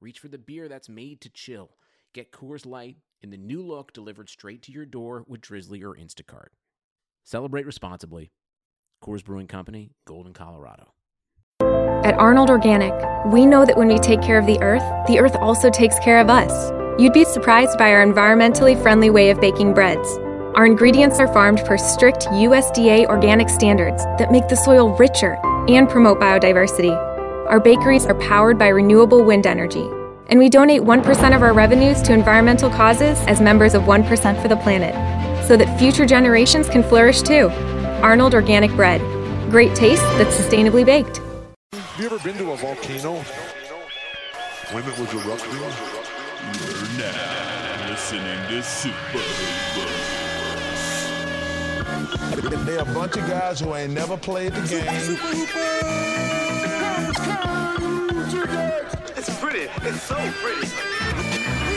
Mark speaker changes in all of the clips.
Speaker 1: reach for the beer that's made to chill. Get Coors Light in the new look delivered straight to your door with Drizzly or Instacart. Celebrate responsibly. Coors Brewing Company, Golden, Colorado.
Speaker 2: At Arnold Organic, we know that when we take care of the earth, the earth also takes care of us. You'd be surprised by our environmentally friendly way of baking breads. Our ingredients are farmed per strict USDA organic standards that make the soil richer and promote biodiversity. Our bakeries are powered by renewable wind energy, and we donate 1% of our revenues to environmental causes as members of 1% for the planet, so that future generations can flourish too. Arnold Organic Bread. Great taste that's sustainably baked.
Speaker 3: Have you ever been to a volcano?
Speaker 4: When it was erupting?
Speaker 5: You're now listening to Super Buzz.
Speaker 3: They're a bunch of guys who ain't never played the game.
Speaker 6: It's pretty. It's so pretty.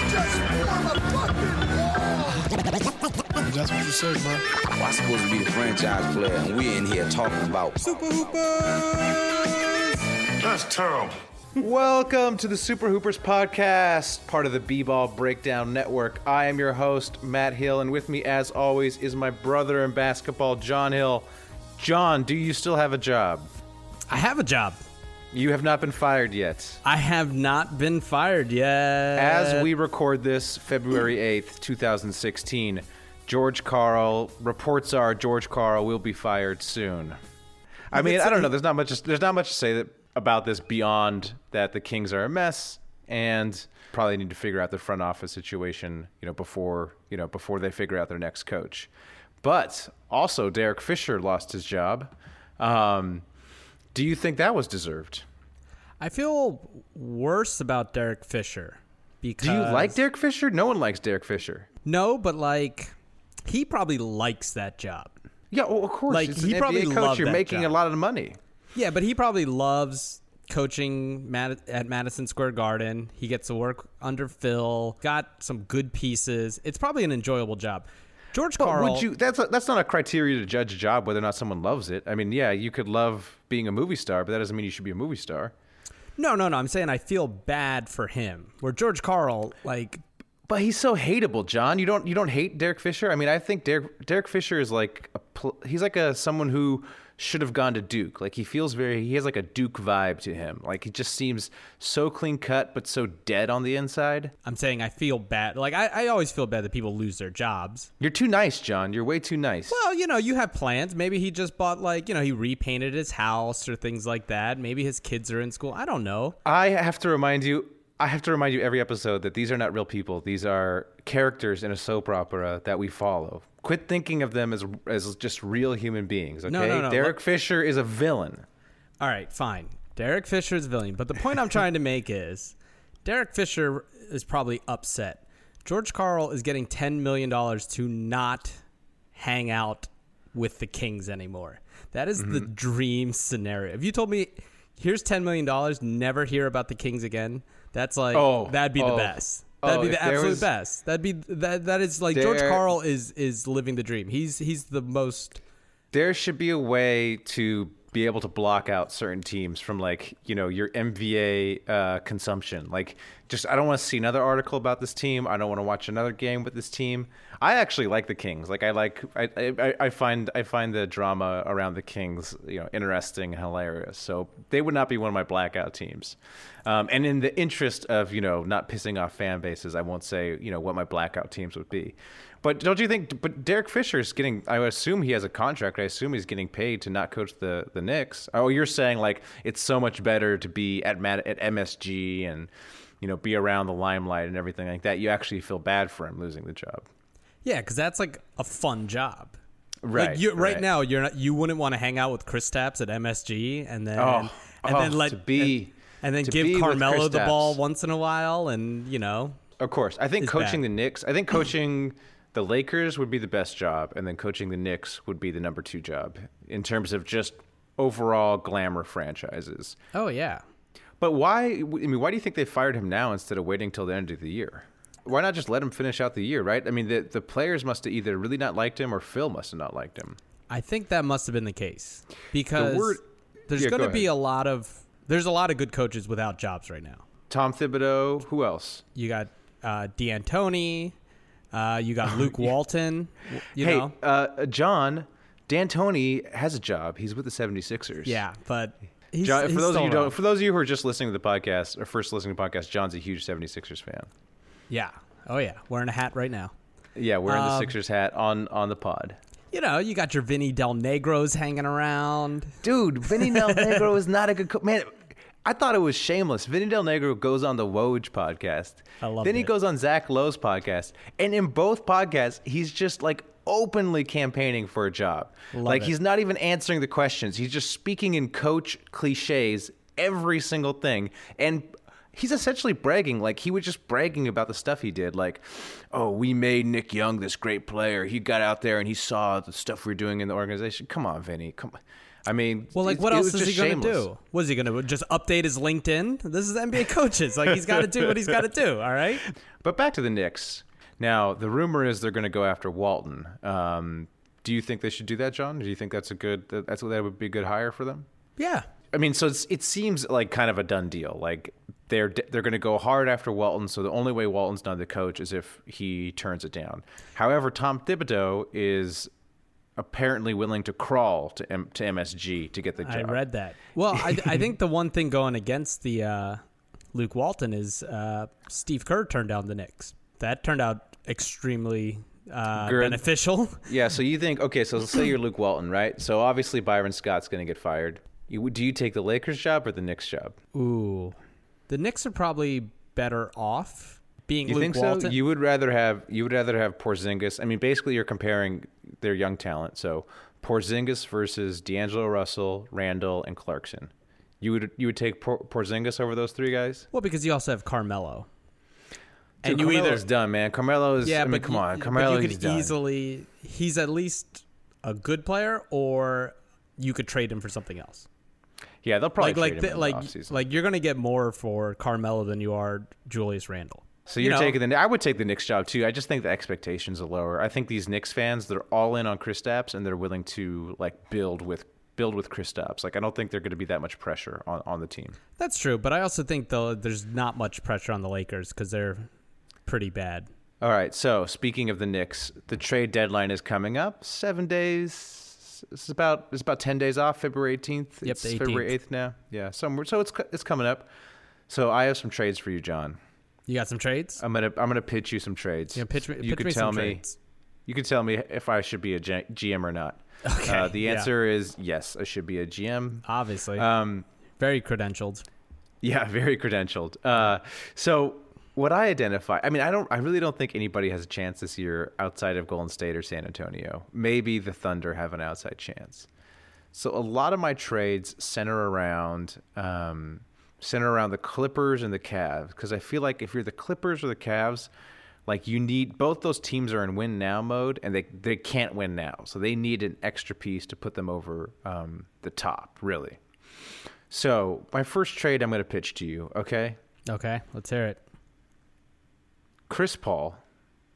Speaker 7: I'm supposed to be the franchise player, and we're in here talking about
Speaker 4: That's terrible.
Speaker 8: Welcome to the Super Hoopers podcast, part of the B-Ball Breakdown Network. I am your host, Matt Hill, and with me, as always, is my brother in basketball, John Hill. John, do you still have a job?
Speaker 9: I have a job.
Speaker 8: You have not been fired yet.
Speaker 9: I have not been fired yet.
Speaker 8: As
Speaker 9: Uh,
Speaker 8: we record this, February 8th, 2016, George Carl reports are George Carl will be fired soon. I mean, I don't know. There's not much. There's not much to say that, about this beyond that the Kings are a mess and probably need to figure out the front office situation. You know, before you know before they figure out their next coach. But also, Derek Fisher lost his job. Um, do you think that was deserved?
Speaker 9: I feel worse about Derek Fisher because
Speaker 8: Do you like Derek Fisher? No one likes Derek Fisher.
Speaker 9: No, but like he probably likes that job.
Speaker 8: Yeah, well, of course.
Speaker 9: Like,
Speaker 8: it's
Speaker 9: he
Speaker 8: an
Speaker 9: probably
Speaker 8: NBA coach.
Speaker 9: loved
Speaker 8: You're
Speaker 9: that
Speaker 8: making
Speaker 9: job.
Speaker 8: a lot of money.
Speaker 9: Yeah, but he probably loves coaching Mad- at Madison Square Garden. He gets to work under Phil. Got some good pieces. It's probably an enjoyable job. George
Speaker 8: But
Speaker 9: Carl.
Speaker 8: would you? That's a, that's not a criteria to judge a job whether or not someone loves it. I mean, yeah, you could love being a movie star, but that doesn't mean you should be a movie star.
Speaker 9: No, no, no. I'm saying I feel bad for him. Where George Carl, like,
Speaker 8: But he's so hateable, John. You don't you don't hate Derek Fisher? I mean, I think Derek Derek Fisher is like a, pl- he's like a someone who should have gone to Duke. Like he feels very he has like a Duke vibe to him. Like he just seems so clean cut but so dead on the inside.
Speaker 9: I'm saying I feel bad. Like, I, I always feel bad that people lose their jobs.
Speaker 8: You're too nice, John. You're way too nice.
Speaker 9: Well, you know, you have plans. Maybe he just bought like, you know, he repainted his house or things like that. Maybe his kids are in school. I don't know.
Speaker 8: I have to remind you. I have to remind you every episode that these are not real people. These are characters in a soap opera that we follow. Quit thinking of them as as just real human beings. Okay,
Speaker 9: no, no.
Speaker 8: Derek
Speaker 9: Look-
Speaker 8: Fisher is a villain.
Speaker 9: All right, fine. Derek Fisher's villain, but the point I'm trying to make is Derek Fisher is probably upset. George Carl is getting 10 million dollars to not hang out with the Kings anymore. That is the
Speaker 8: Mm-hmm.
Speaker 9: dream scenario. If you told me here's 10 million dollars, never hear about the Kings again, that's like
Speaker 8: Oh,
Speaker 9: that'd be the
Speaker 8: oh,
Speaker 9: best. That'd
Speaker 8: oh,
Speaker 9: be
Speaker 8: if
Speaker 9: the
Speaker 8: there
Speaker 9: absolute
Speaker 8: was-
Speaker 9: best. That'd be that that is like George
Speaker 8: There-
Speaker 9: Carl is is living the dream. He's he's the most
Speaker 8: There should be a way to be able to block out certain teams from like you know your MVA uh, consumption. Like, just I don't want to see another article about this team. I don't want to watch another game with this team. I actually like the Kings. Like, I like I, I, I find I find the drama around the Kings you know interesting and hilarious. So they would not be one of my blackout teams. Um, and in the interest of you know not pissing off fan bases, I won't say you know what my blackout teams would be. But don't you think? But Derek Fisher is getting. I would assume he has a contract. I assume he's getting paid to not coach the the Knicks. Oh, you're saying like it's so much better to be at Mad- at MSG and you know be around the limelight and everything like that. You actually feel bad for him losing the job.
Speaker 9: Yeah, because that's like a fun job.
Speaker 8: Right,
Speaker 9: Like you, right,
Speaker 8: right.
Speaker 9: now, you're not. You wouldn't want to hang out with Chris Taps at MSG, and then
Speaker 8: Oh,
Speaker 9: and
Speaker 8: oh,
Speaker 9: then let
Speaker 8: to be
Speaker 9: and, and then
Speaker 8: to
Speaker 9: give
Speaker 8: be with
Speaker 9: Carmelo
Speaker 8: Chris
Speaker 9: the ball
Speaker 8: Stapps.
Speaker 9: once in a while, and you know,
Speaker 8: Of course. I think
Speaker 9: is
Speaker 8: coaching
Speaker 9: bad.
Speaker 8: the Knicks, I think coaching the Lakers would be the best job, and then coaching the Knicks would be the number two job in terms of just overall glamour franchises.
Speaker 9: oh yeah,
Speaker 8: But why, I mean, why do you think they fired him now instead of waiting till the end of the year? Why not just let him finish out the year, right? I mean, the, the players must have either really not liked him or Phil must have not liked him.
Speaker 9: I think that must have been the case because
Speaker 8: word-
Speaker 9: there's
Speaker 8: Yeah,
Speaker 9: going to
Speaker 8: go
Speaker 9: be
Speaker 8: ahead.
Speaker 9: a lot of there's a lot of good coaches without jobs right now.
Speaker 8: Tom Thibodeau, who else?
Speaker 9: You got uh, D'Antoni, uh, you got Luke Walton, w- you
Speaker 8: hey,
Speaker 9: know,
Speaker 8: uh, John, D'Antoni has a job. He's with the 76ers.
Speaker 9: yeah, but he's,
Speaker 8: John, for
Speaker 9: he's
Speaker 8: those of
Speaker 9: still
Speaker 8: you who don't,
Speaker 9: around.
Speaker 8: for those of you who are just listening to the podcast or first listening to the podcast, John's a huge 76ers fan.
Speaker 9: yeah, oh yeah, wearing a hat right now.
Speaker 8: Yeah, wearing
Speaker 9: Um,
Speaker 8: the Sixers hat on on the pod.
Speaker 9: You know, you got your Vinny Del Negros hanging around.
Speaker 8: Dude, Vinny Del Negro is not a good co- man. I thought it was shameless. Vinny Del Negro goes on the Woj podcast.
Speaker 9: I loved
Speaker 8: Then he
Speaker 9: it.
Speaker 8: goes on Zach Lowe's podcast, and in both podcasts, he's just like openly campaigning for a job. like
Speaker 9: it.
Speaker 8: he's not even answering the questions. He's just speaking in coach cliches every single thing, and. He's essentially bragging, like he was just bragging about the stuff he did. Like, oh, we made Nick Young this great player. He got out there and he saw the stuff we are doing in the organization. Come on, Vinny. Come on. I mean,
Speaker 9: Well, like,
Speaker 8: it-
Speaker 9: what
Speaker 8: it
Speaker 9: else
Speaker 8: was
Speaker 9: is
Speaker 8: just
Speaker 9: he going to
Speaker 8: shameless.
Speaker 9: do? What is he going to just update his LinkedIn? This is NBA coaches. Like, he's got to do what he's got to do. All right.
Speaker 8: But back to the Knicks. Now, the rumor is they're going to go after Walton. Um, do you think they should do that, John? Do you think that's a good that- that's that would be a good hire for them?
Speaker 9: Yeah.
Speaker 8: I mean, so it's, it seems like kind of a done deal. Like they're de- they're going to go hard after Walton. So the only way Walton's not the coach is if he turns it down. However, Tom Thibodeau is apparently willing to crawl to M- to MSG to get the job.
Speaker 9: I read that. Well, I, I think the one thing going against the uh, Luke Walton is uh, Steve Kerr turned down the Knicks. That turned out extremely uh,
Speaker 8: Good.
Speaker 9: beneficial.
Speaker 8: Yeah, so you think okay? So say you're Luke Walton, right? So obviously Byron Scott's going to get fired. You, do you take the Lakers job or the Knicks job?
Speaker 9: Ooh, the Knicks are probably better off being
Speaker 8: You
Speaker 9: Luke
Speaker 8: think
Speaker 9: Walton.
Speaker 8: so? You would rather have you would rather have Porzingis. I mean, basically you're comparing their young talent. So Porzingis versus D'Angelo Russell, Randall, and Clarkson. You would you would take Por- Porzingis over those three guys?
Speaker 9: well, because you also have Carmelo.
Speaker 8: Dude, Carmelo's done, man. Carmelo's yeah, I mean,
Speaker 9: but
Speaker 8: come
Speaker 9: you-
Speaker 8: on,
Speaker 9: but
Speaker 8: Carmelo
Speaker 9: you
Speaker 8: he's
Speaker 9: could
Speaker 8: done.
Speaker 9: easily. He's at least a good player, or you could trade him for something else.
Speaker 8: yeah, they'll probably
Speaker 9: like like
Speaker 8: trade
Speaker 9: the-
Speaker 8: him in
Speaker 9: like
Speaker 8: the offseason.
Speaker 9: like you're gonna get more for Carmelo than you are Julius Randle.
Speaker 8: So
Speaker 9: You
Speaker 8: you're
Speaker 9: know?
Speaker 8: taking the. I would take the Knicks job too. I just think the expectations are lower. I think these Knicks fans, they're all in on Chris Stapps and they're willing to like build with build with Chris Stapps. Like I don't think they're going to be that much pressure on on the team.
Speaker 9: That's true, but I also think though there's not much pressure on the Lakers because they're pretty bad.
Speaker 8: All right. So speaking of the Knicks, the trade deadline is coming up. Seven days. It's about it's about ten days off. February eighteenth.
Speaker 9: Yep,
Speaker 8: it's
Speaker 9: the
Speaker 8: February
Speaker 9: 18th.
Speaker 8: eighth now. Yeah. Somewhere. So it's co- it's coming up. So I have some trades for you, John.
Speaker 9: You got some trades?
Speaker 8: I'm gonna I'm gonna pitch you some trades.
Speaker 9: you know, pitch me,
Speaker 8: Uh, You
Speaker 9: pitch
Speaker 8: could
Speaker 9: me
Speaker 8: tell
Speaker 9: some
Speaker 8: me.
Speaker 9: trades.
Speaker 8: You can tell me if I should be a G- GM or not.
Speaker 9: Okay,
Speaker 8: Uh, the
Speaker 9: yeah.
Speaker 8: answer is yes, I should be a GM.
Speaker 9: Obviously,
Speaker 8: Um,
Speaker 9: very credentialed.
Speaker 8: yeah, very credentialed. Uh, so what I identify, I mean, I don't, I really don't think anybody has a chance this year outside of Golden State or San Antonio. Maybe the Thunder have an outside chance. So a lot of my trades center around um, center around the Clippers and the Cavs because I feel like if you're the Clippers or the Cavs, like you need both those teams are in win now mode and they they can't win now, so they need an extra piece to put them over um, the top, really. So my first trade I'm going to pitch to you, okay?
Speaker 9: Okay, let's hear it.
Speaker 8: Chris Paul,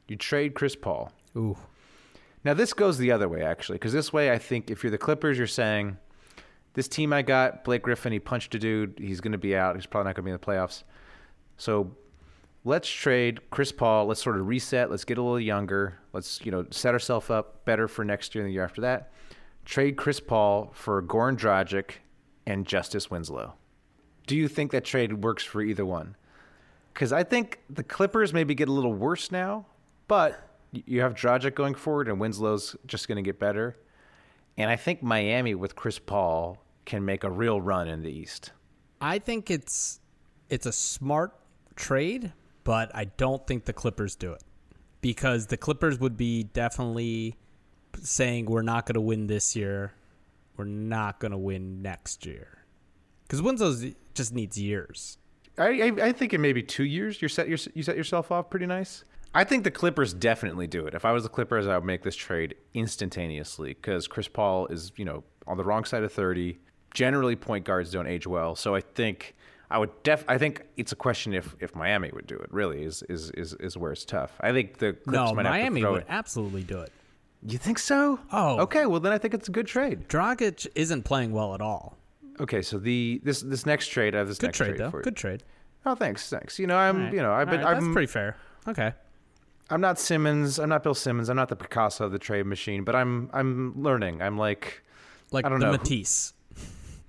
Speaker 8: you trade Chris Paul.
Speaker 9: Ooh,
Speaker 8: Now this goes the other way actually, because this way I think if you're the Clippers, you're saying this team I got Blake Griffin, he punched a dude, he's going to be out, he's probably not going to be in the playoffs. So let's trade Chris Paul. Let's sort of reset. Let's get a little younger. Let's you know set ourselves up better for next year and the year after that. Trade Chris Paul for Goran Dragic and Justice Winslow. Do you think that trade works for either one? Because I think the Clippers maybe get a little worse now, but y- you have Dragic going forward and Winslow's just going to get better. And I think Miami with Chris Paul can make a real run in the East.
Speaker 9: I think it's it's a smart trade, but I don't think the Clippers do it because the Clippers would be definitely saying we're not going to win this year, we're not going to win next year. Because Winslow's just needs years.
Speaker 8: I, I, I think in maybe two years you set your, you set yourself off pretty nice. I think the Clippers definitely do it. If I was the Clippers, I would make this trade instantaneously because Chris Paul is you know on the wrong side of thirty. Generally, point guards don't age well, so I think I would def. I think it's a question if if Miami would do it. Really, is is is, is where it's tough. I think the Clippers
Speaker 9: no,
Speaker 8: might
Speaker 9: Miami
Speaker 8: have to throw
Speaker 9: would
Speaker 8: it.
Speaker 9: absolutely do it.
Speaker 8: You think so?
Speaker 9: Oh.
Speaker 8: okay. Well, then I think it's a good trade.
Speaker 9: Dragic isn't playing well at all.
Speaker 8: Okay, so the this this next trade, I have this
Speaker 9: Good
Speaker 8: next
Speaker 9: trade,
Speaker 8: trade
Speaker 9: though.
Speaker 8: for you.
Speaker 9: Good trade.
Speaker 8: Oh, thanks, thanks. You know, I'm, you know, I've
Speaker 9: All
Speaker 8: been,
Speaker 9: right,
Speaker 8: I'm,
Speaker 9: that's pretty fair. Okay.
Speaker 8: I'm not Simmons, I'm not Bill Simmons, I'm not the Picasso of the trade machine, but I'm, I'm learning. I'm like,
Speaker 9: Like
Speaker 8: I
Speaker 9: the
Speaker 8: don't know.
Speaker 9: Matisse.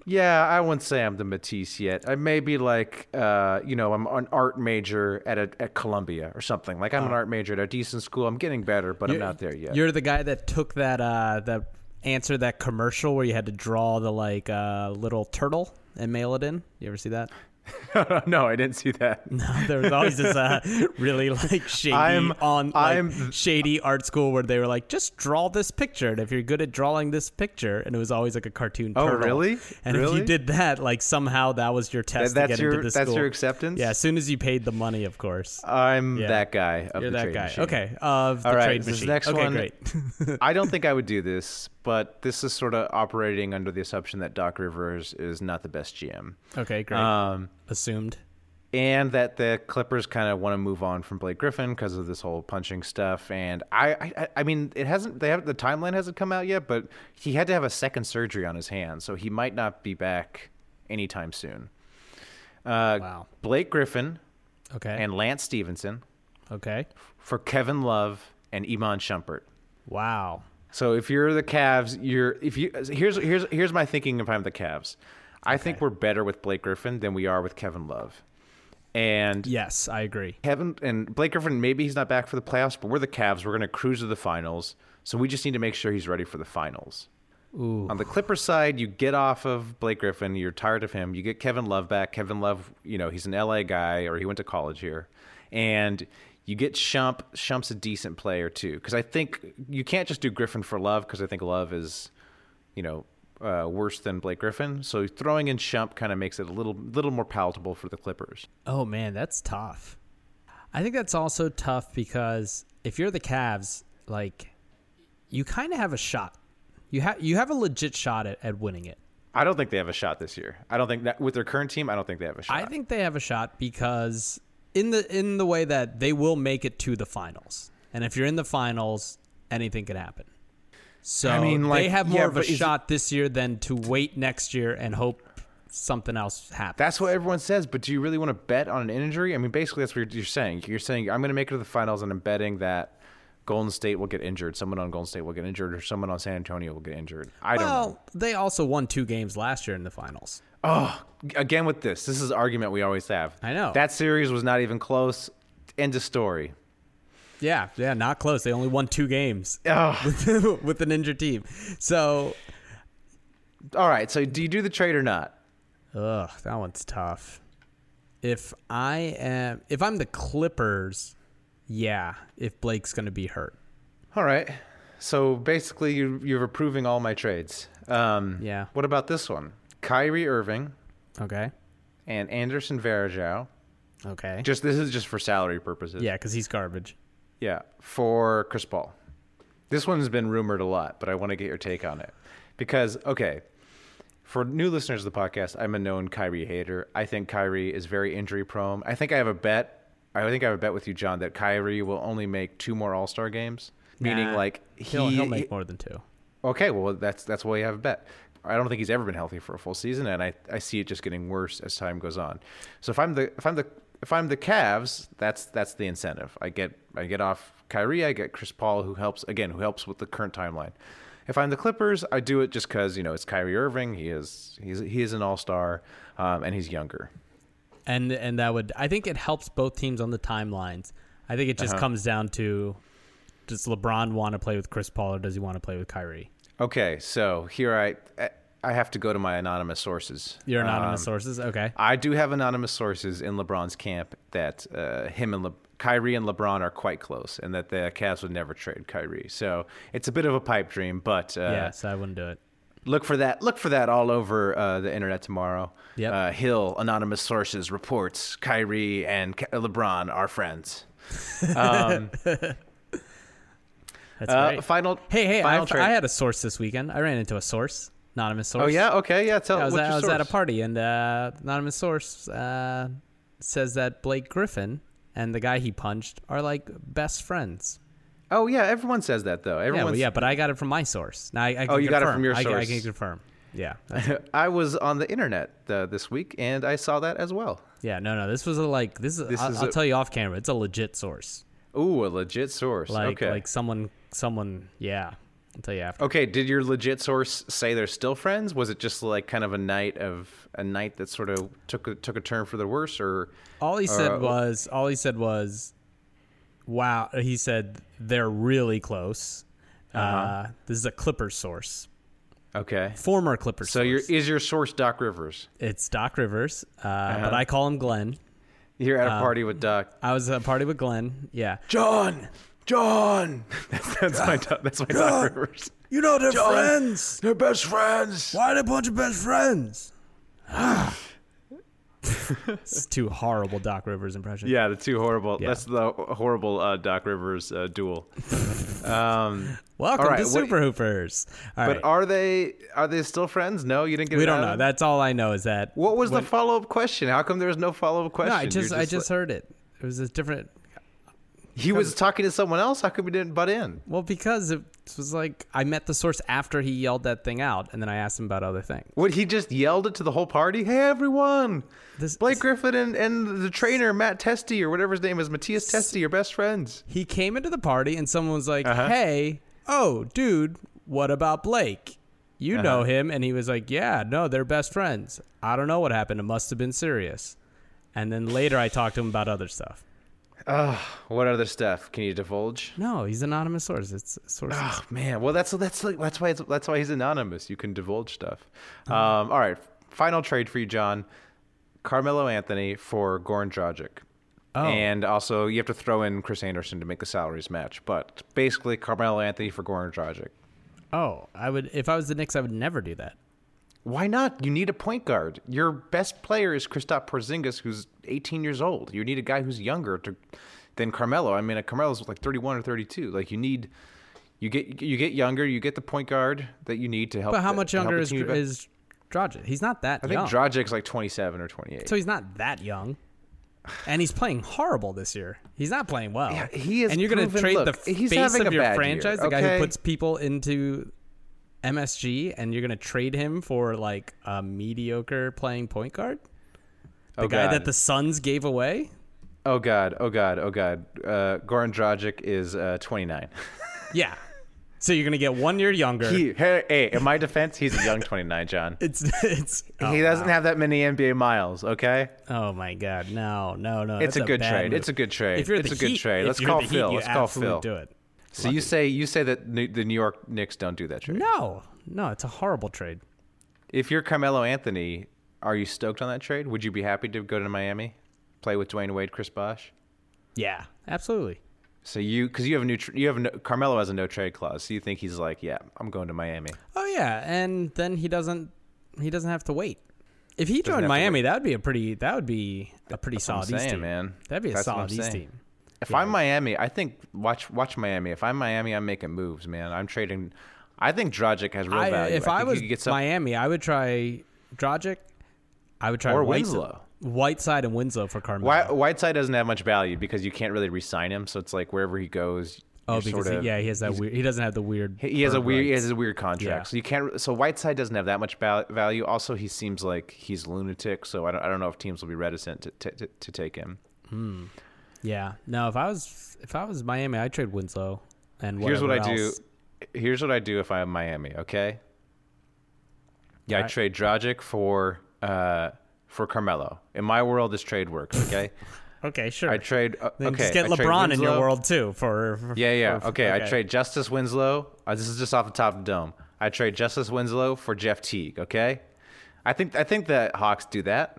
Speaker 8: yeah, I wouldn't say I'm the Matisse yet. I may be like, uh, you know, I'm an art major at a, at Columbia or something. Like, I'm an art major at a decent school. I'm getting better, but
Speaker 9: Oh.
Speaker 8: I'm
Speaker 9: You're-
Speaker 8: not there yet.
Speaker 9: You're the guy that took that uh that answer that commercial where you had to draw the like uh little turtle and mail it in. You ever see that?
Speaker 8: no, I didn't see that.
Speaker 9: there was always this uh, really like shady
Speaker 8: I'm-
Speaker 9: on like,
Speaker 8: I'm-
Speaker 9: shady art school where they were like just draw this picture and if you're good at drawing this picture and it was always like a cartoon
Speaker 8: Oh,
Speaker 9: turtle.
Speaker 8: really?
Speaker 9: and if you
Speaker 8: Really?
Speaker 9: did that like somehow that was your test
Speaker 8: That-
Speaker 9: to
Speaker 8: that's
Speaker 9: get
Speaker 8: your-
Speaker 9: into the
Speaker 8: that's
Speaker 9: school.
Speaker 8: your acceptance?
Speaker 9: yeah as soon as you paid the money of course
Speaker 8: I'm
Speaker 9: Yeah.
Speaker 8: that guy of
Speaker 9: you're
Speaker 8: the
Speaker 9: that
Speaker 8: trade
Speaker 9: guy
Speaker 8: machine.
Speaker 9: okay of the
Speaker 8: All right,
Speaker 9: trade
Speaker 8: this
Speaker 9: machine
Speaker 8: next
Speaker 9: okay
Speaker 8: one-
Speaker 9: great
Speaker 8: I don't think I would do this, but this is sort of operating under the assumption that Doc Rivers is not the best GM.
Speaker 9: okay great
Speaker 8: Um,
Speaker 9: assumed
Speaker 8: and that the Clippers kind of want to move on from Blake Griffin because of this whole punching stuff. And I, I, I- I mean, it hasn't. They have the timeline hasn't come out yet, but he had to have a second surgery on his hand, so he might not be back anytime soon. Uh,
Speaker 9: Wow.
Speaker 8: Blake Griffin
Speaker 9: okay
Speaker 8: and Lance Stevenson
Speaker 9: okay
Speaker 8: for Kevin Love and Iman Shumpert.
Speaker 9: wow
Speaker 8: So if you're the Cavs, you're if you here's here's here's my thinking if I'm the Cavs. I think we're better with Blake Griffin than we are with Kevin Love. And
Speaker 9: yes I agree
Speaker 8: Kevin and Blake Griffin, maybe he's not back for the playoffs, but we're the Cavs. We're going to cruise to the finals. So we just need to make sure he's ready for the finals. On the Clippers side, you get off of Blake Griffin. You're tired of him. You get Kevin Love back. Kevin Love, you know, he's an LA guy or he went to college here. And you get Shump. Shump's a decent player too. Because I think you can't just do Griffin for Love because I think Love is, you know, uh, worse than Blake Griffin. So throwing in Shump kind of makes it a little, little more palatable for the Clippers.
Speaker 9: Oh man, that's tough. I think that's also tough because if you're the Cavs, like you kind of have a shot. You have you have a legit shot at, at winning it.
Speaker 8: I don't think they have a shot this year. I don't think that with their current team, I don't think they have a shot.
Speaker 9: I think they have a shot because in the in the way that they will make it to the finals. And if you're in the finals, anything could happen. So
Speaker 8: I mean, like,
Speaker 9: they have more
Speaker 8: yeah,
Speaker 9: of a
Speaker 8: but is-
Speaker 9: shot this year than to wait next year and hope something else happens.
Speaker 8: that's what everyone says. But do you really want to bet on an injury? I mean, basically, that's what you're, you're saying. You're saying I'm going to make it to the finals, and I'm betting that Golden State will get injured. Someone on Golden State will get injured, or someone on San Antonio will get injured. I don't know.
Speaker 9: well, they also won two games last year in the finals.
Speaker 8: Oh, again with this. This is the argument we always have.
Speaker 9: I know.
Speaker 8: that series was not even close. End of story.
Speaker 9: Yeah, yeah, not close. They only won two games
Speaker 8: Oh,
Speaker 9: with, with an injured team. So,
Speaker 8: all right. So do you do the trade or not?
Speaker 9: ugh, that one's tough. If I am, if I'm the Clippers, yeah. If Blake's going to be hurt,
Speaker 8: All right. So basically, you, you're approving all my trades. Um,
Speaker 9: Yeah.
Speaker 8: What about this one? Kyrie Irving
Speaker 9: okay,
Speaker 8: and Anderson Varejao.
Speaker 9: okay,
Speaker 8: Just this is just for salary purposes.
Speaker 9: yeah, because he's garbage.
Speaker 8: Yeah. For Chris Paul. This one's been rumored a lot, but I want to get your take on it because okay, for new listeners of the podcast, I'm a known Kyrie hater. I think Kyrie is very injury prone. I think I have a bet. I think I have a bet with you, John, that Kyrie will only make two more All Star games. Meaning,
Speaker 9: Nah,
Speaker 8: like
Speaker 9: He'll
Speaker 8: he-
Speaker 9: he'll make more than two.
Speaker 8: Okay, well that's that's why you have a bet. I don't think he's ever been healthy for a full season, and I, I see it just getting worse as time goes on. So if I'm the if I'm the if I'm the Cavs, that's that's the incentive. I get I get off Kyrie, I get Chris Paul, who helps again, who helps with the current timeline. If I'm the Clippers, I do it just because you know it's Kyrie Irving. He is he's he is an All Star, um, and he's younger.
Speaker 9: and and that would I think it helps both teams on the timelines. I think it just
Speaker 8: Uh-huh.
Speaker 9: comes down to does LeBron want to play with Chris Paul or does he want to play with Kyrie?
Speaker 8: Okay, so here I I have to go to my anonymous sources.
Speaker 9: Your anonymous
Speaker 8: Um,
Speaker 9: sources, okay?
Speaker 8: I do have anonymous sources in LeBron's camp that uh, him and Le- Kyrie and LeBron are quite close, and that the Cavs would never trade Kyrie. So it's a bit of a pipe dream, but uh,
Speaker 9: yeah, so I wouldn't do it.
Speaker 8: Look for that. Look for that all over uh, the internet tomorrow.
Speaker 9: Yep.
Speaker 8: Uh, Hill anonymous sources reports Kyrie and Ka- LeBron are friends.
Speaker 9: That's
Speaker 8: Uh,
Speaker 9: great.
Speaker 8: Final.
Speaker 9: hey, hey, I,
Speaker 8: Final trade.
Speaker 9: I had a source this weekend. I ran into a source, anonymous source.
Speaker 8: Oh yeah. Okay. Yeah. Tell.
Speaker 9: I was,
Speaker 8: what's
Speaker 9: at,
Speaker 8: your
Speaker 9: I was at a
Speaker 8: source?
Speaker 9: party, and uh, anonymous source uh, says that Blake Griffin and the guy he punched are like best friends.
Speaker 8: Oh yeah. Everyone says that though.
Speaker 9: Yeah, well,
Speaker 8: Everyone.
Speaker 9: yeah, but I got it from my source. Now I, I can
Speaker 8: Oh, you got it
Speaker 9: confirm.
Speaker 8: from your
Speaker 9: I can- I,
Speaker 8: source.
Speaker 9: can confirm. Yeah, that's-
Speaker 8: I was on the internet uh, this week and I saw that as well.
Speaker 9: yeah. No, no. This was a, like this is.
Speaker 8: This
Speaker 9: I'll,
Speaker 8: is
Speaker 9: I'll
Speaker 8: a-
Speaker 9: tell you off camera. It's a legit source.
Speaker 8: Ooh, a legit source.
Speaker 9: Like
Speaker 8: okay. Uh,
Speaker 9: like someone someone. Yeah, I'll tell you after.
Speaker 8: Okay, did your legit source say they're still friends? Was it just like kind of a night of a night that sort of took a, took a turn for the worse, or
Speaker 9: All he said
Speaker 8: Uh,
Speaker 9: was, all he said was, wow. He said they're really close. uh
Speaker 8: Uh-huh.
Speaker 9: this is a Clipper source,
Speaker 8: okay?
Speaker 9: former Clipper
Speaker 8: So
Speaker 9: source.
Speaker 8: your is your source Doc Rivers?
Speaker 9: it's Doc Rivers, uh,
Speaker 8: Uh-huh.
Speaker 9: but I call him Glenn.
Speaker 8: You're at a
Speaker 9: Uh,
Speaker 8: party with Doc
Speaker 9: I was at a party with Glenn. Yeah,
Speaker 8: John. John. that's, that's my doc, that's my Doc Rivers.
Speaker 9: you know they're friends.
Speaker 8: They're best friends.
Speaker 9: Why are they a bunch of best friends? it's two horrible Doc Rivers impressions.
Speaker 8: Yeah, the two horrible. That's the horrible uh, Doc Rivers uh, duel.
Speaker 9: Welcome
Speaker 8: All right,
Speaker 9: to
Speaker 8: what-
Speaker 9: Super Hoopers. All
Speaker 8: But
Speaker 9: right.
Speaker 8: are they are they still friends? No, you didn't get.
Speaker 9: we
Speaker 8: it
Speaker 9: don't
Speaker 8: out of
Speaker 9: know.
Speaker 8: them?
Speaker 9: That's all I know is that
Speaker 8: What was the follow up question? How come there was no follow up question?
Speaker 9: No, I
Speaker 8: You're
Speaker 9: just, I just
Speaker 8: like-
Speaker 9: heard it. It was a different.
Speaker 8: he was talking to someone else. How come he didn't butt in?
Speaker 9: Well, because it was like I met the source after he yelled that thing out, and then I asked him about other things.
Speaker 8: Would he just yelled it to the whole party? Hey everyone,
Speaker 9: This-
Speaker 8: Blake Griffin and, and the trainer Matt Testy or whatever his name is, Matthias Testy, are best friends.
Speaker 9: He came into the party, and someone was like,
Speaker 8: Uh-huh.
Speaker 9: "Hey, oh, dude, what about Blake? You
Speaker 8: Uh-huh.
Speaker 9: know him?" And he was like, "Yeah, no, they're best friends. I don't know what happened. It must have been serious." And then later, I talked to him about other stuff.
Speaker 8: What other stuff can you divulge?
Speaker 9: No, he's anonymous source. It's source.
Speaker 8: Oh man, well that's that's like that's why it's, that's why he's anonymous. You can divulge stuff. Um, all right, final trade for you, John. Carmelo Anthony for Goran Dragic. And also, you have to throw in Chris Anderson to make the salaries match. But basically, Carmelo Anthony for Goran Dragic.
Speaker 9: oh, I would if I was the Knicks, I would never do that.
Speaker 8: Why not? You need a point guard. Your best player is Kristaps Porzingis, who's 18 years old. You need a guy who's younger to, than Carmelo. I mean, a Carmelo's like 31 or 32. Like you need, you get you get younger. You get the point guard that you need to help.
Speaker 9: But how
Speaker 8: the-
Speaker 9: much
Speaker 8: to help
Speaker 9: younger
Speaker 8: the
Speaker 9: is
Speaker 8: team be-
Speaker 9: is Dragic? He's not that
Speaker 8: I
Speaker 9: young.
Speaker 8: think Dragic's like 27 or 28.
Speaker 9: So he's not that young. And he's playing horrible this year. He's not playing well.
Speaker 8: Yeah, he is
Speaker 9: And you're gonna
Speaker 8: proven-
Speaker 9: trade
Speaker 8: look,
Speaker 9: the
Speaker 8: he's
Speaker 9: face
Speaker 8: having
Speaker 9: of
Speaker 8: a
Speaker 9: your
Speaker 8: bad year,
Speaker 9: franchise, the guy
Speaker 8: okay?
Speaker 9: who puts people into MSG, and you're going to trade him for like a mediocre playing point guard? The
Speaker 8: Oh,
Speaker 9: guy
Speaker 8: God.
Speaker 9: that the Suns gave away?
Speaker 8: oh god, oh god, oh god. Uh, Goran Dragic is uh, 29.
Speaker 9: Yeah. So you're going to get one year younger.
Speaker 8: he, hey, hey, in my defense, he's a young 29, John.
Speaker 9: it's it's oh,
Speaker 8: he doesn't have that many NBA miles. Okay.
Speaker 9: oh my god. No, no, no.
Speaker 8: It's
Speaker 9: that's
Speaker 8: a good
Speaker 9: bad
Speaker 8: trade.
Speaker 9: move.
Speaker 8: It's a good trade.
Speaker 9: If you're
Speaker 8: It's
Speaker 9: the
Speaker 8: a good
Speaker 9: Heat-
Speaker 8: trade.
Speaker 9: if
Speaker 8: Let's
Speaker 9: you're
Speaker 8: call
Speaker 9: the Heat,
Speaker 8: Phil.
Speaker 9: you
Speaker 8: Let's call
Speaker 9: absolutely
Speaker 8: Phil.
Speaker 9: Do it.
Speaker 8: So you say you say that New, the New York Knicks don't do that trade.
Speaker 9: No. No, it's a horrible trade.
Speaker 8: If you're Carmelo Anthony, are you stoked on that trade? Would you be happy to go to Miami, play with Dwayne Wade, Chris Bosh?
Speaker 9: Yeah. Absolutely.
Speaker 8: So you because you have a new tr- you have no, Carmelo has a no trade clause. So you think he's like, yeah, I'm going to Miami.
Speaker 9: Oh yeah, and then he doesn't he doesn't have to wait. If he joined
Speaker 8: have to
Speaker 9: Miami, that would be a pretty that would be a pretty
Speaker 8: what I'm
Speaker 9: solid East
Speaker 8: saying,
Speaker 9: Oh, team.
Speaker 8: man.
Speaker 9: That'd be a
Speaker 8: That's what I'm
Speaker 9: solid East
Speaker 8: saying.
Speaker 9: team.
Speaker 8: If I'm Miami, I think watch watch Miami. If I'm Miami, I'm making moves, man. I'm trading. I think Dragic has real
Speaker 9: I,
Speaker 8: value.
Speaker 9: if
Speaker 8: I,
Speaker 9: I,
Speaker 8: think
Speaker 9: was
Speaker 8: you could get some,
Speaker 9: Miami, I would try Dragic. I would try
Speaker 8: Or
Speaker 9: Whites-
Speaker 8: Winslow.
Speaker 9: Whiteside and Winslow for Carmelo.
Speaker 8: Whi- Whiteside doesn't have much value because you can't really re-sign him. So it's like wherever he goes.
Speaker 9: oh,
Speaker 8: you're
Speaker 9: because
Speaker 8: sorta-
Speaker 9: he, yeah, he has that weird. He doesn't have the weird.
Speaker 8: He he has a
Speaker 9: bird
Speaker 8: weird he
Speaker 9: rights.
Speaker 8: has a weird contract,
Speaker 9: Yeah.
Speaker 8: so you can't. So Whiteside doesn't have that much val- value. Also, he seems like he's lunatic, so I don't, I don't know if teams will be reticent to, to, to, to take him.
Speaker 9: Yeah. No, if I was if I was Miami, I'd trade Winslow. And
Speaker 8: Here's what I
Speaker 9: whatever
Speaker 8: do.
Speaker 9: else.
Speaker 8: Here's what I do if I'm Miami. Okay. Yeah, I
Speaker 9: Alright.
Speaker 8: trade Dragic for uh for Carmelo. In my world, this trade works. Okay.
Speaker 9: Okay, sure.
Speaker 8: I trade. Uh,
Speaker 9: then
Speaker 8: okay.
Speaker 9: just get
Speaker 8: I trade
Speaker 9: LeBron in your
Speaker 8: Winslow.
Speaker 9: world too for, for
Speaker 8: Yeah, yeah.
Speaker 9: for-
Speaker 8: okay, I trade Justice Winslow. Uh, this is just off the top of the dome. I trade Justice Winslow for Jeff Teague. Okay, I think I think the Hawks do that.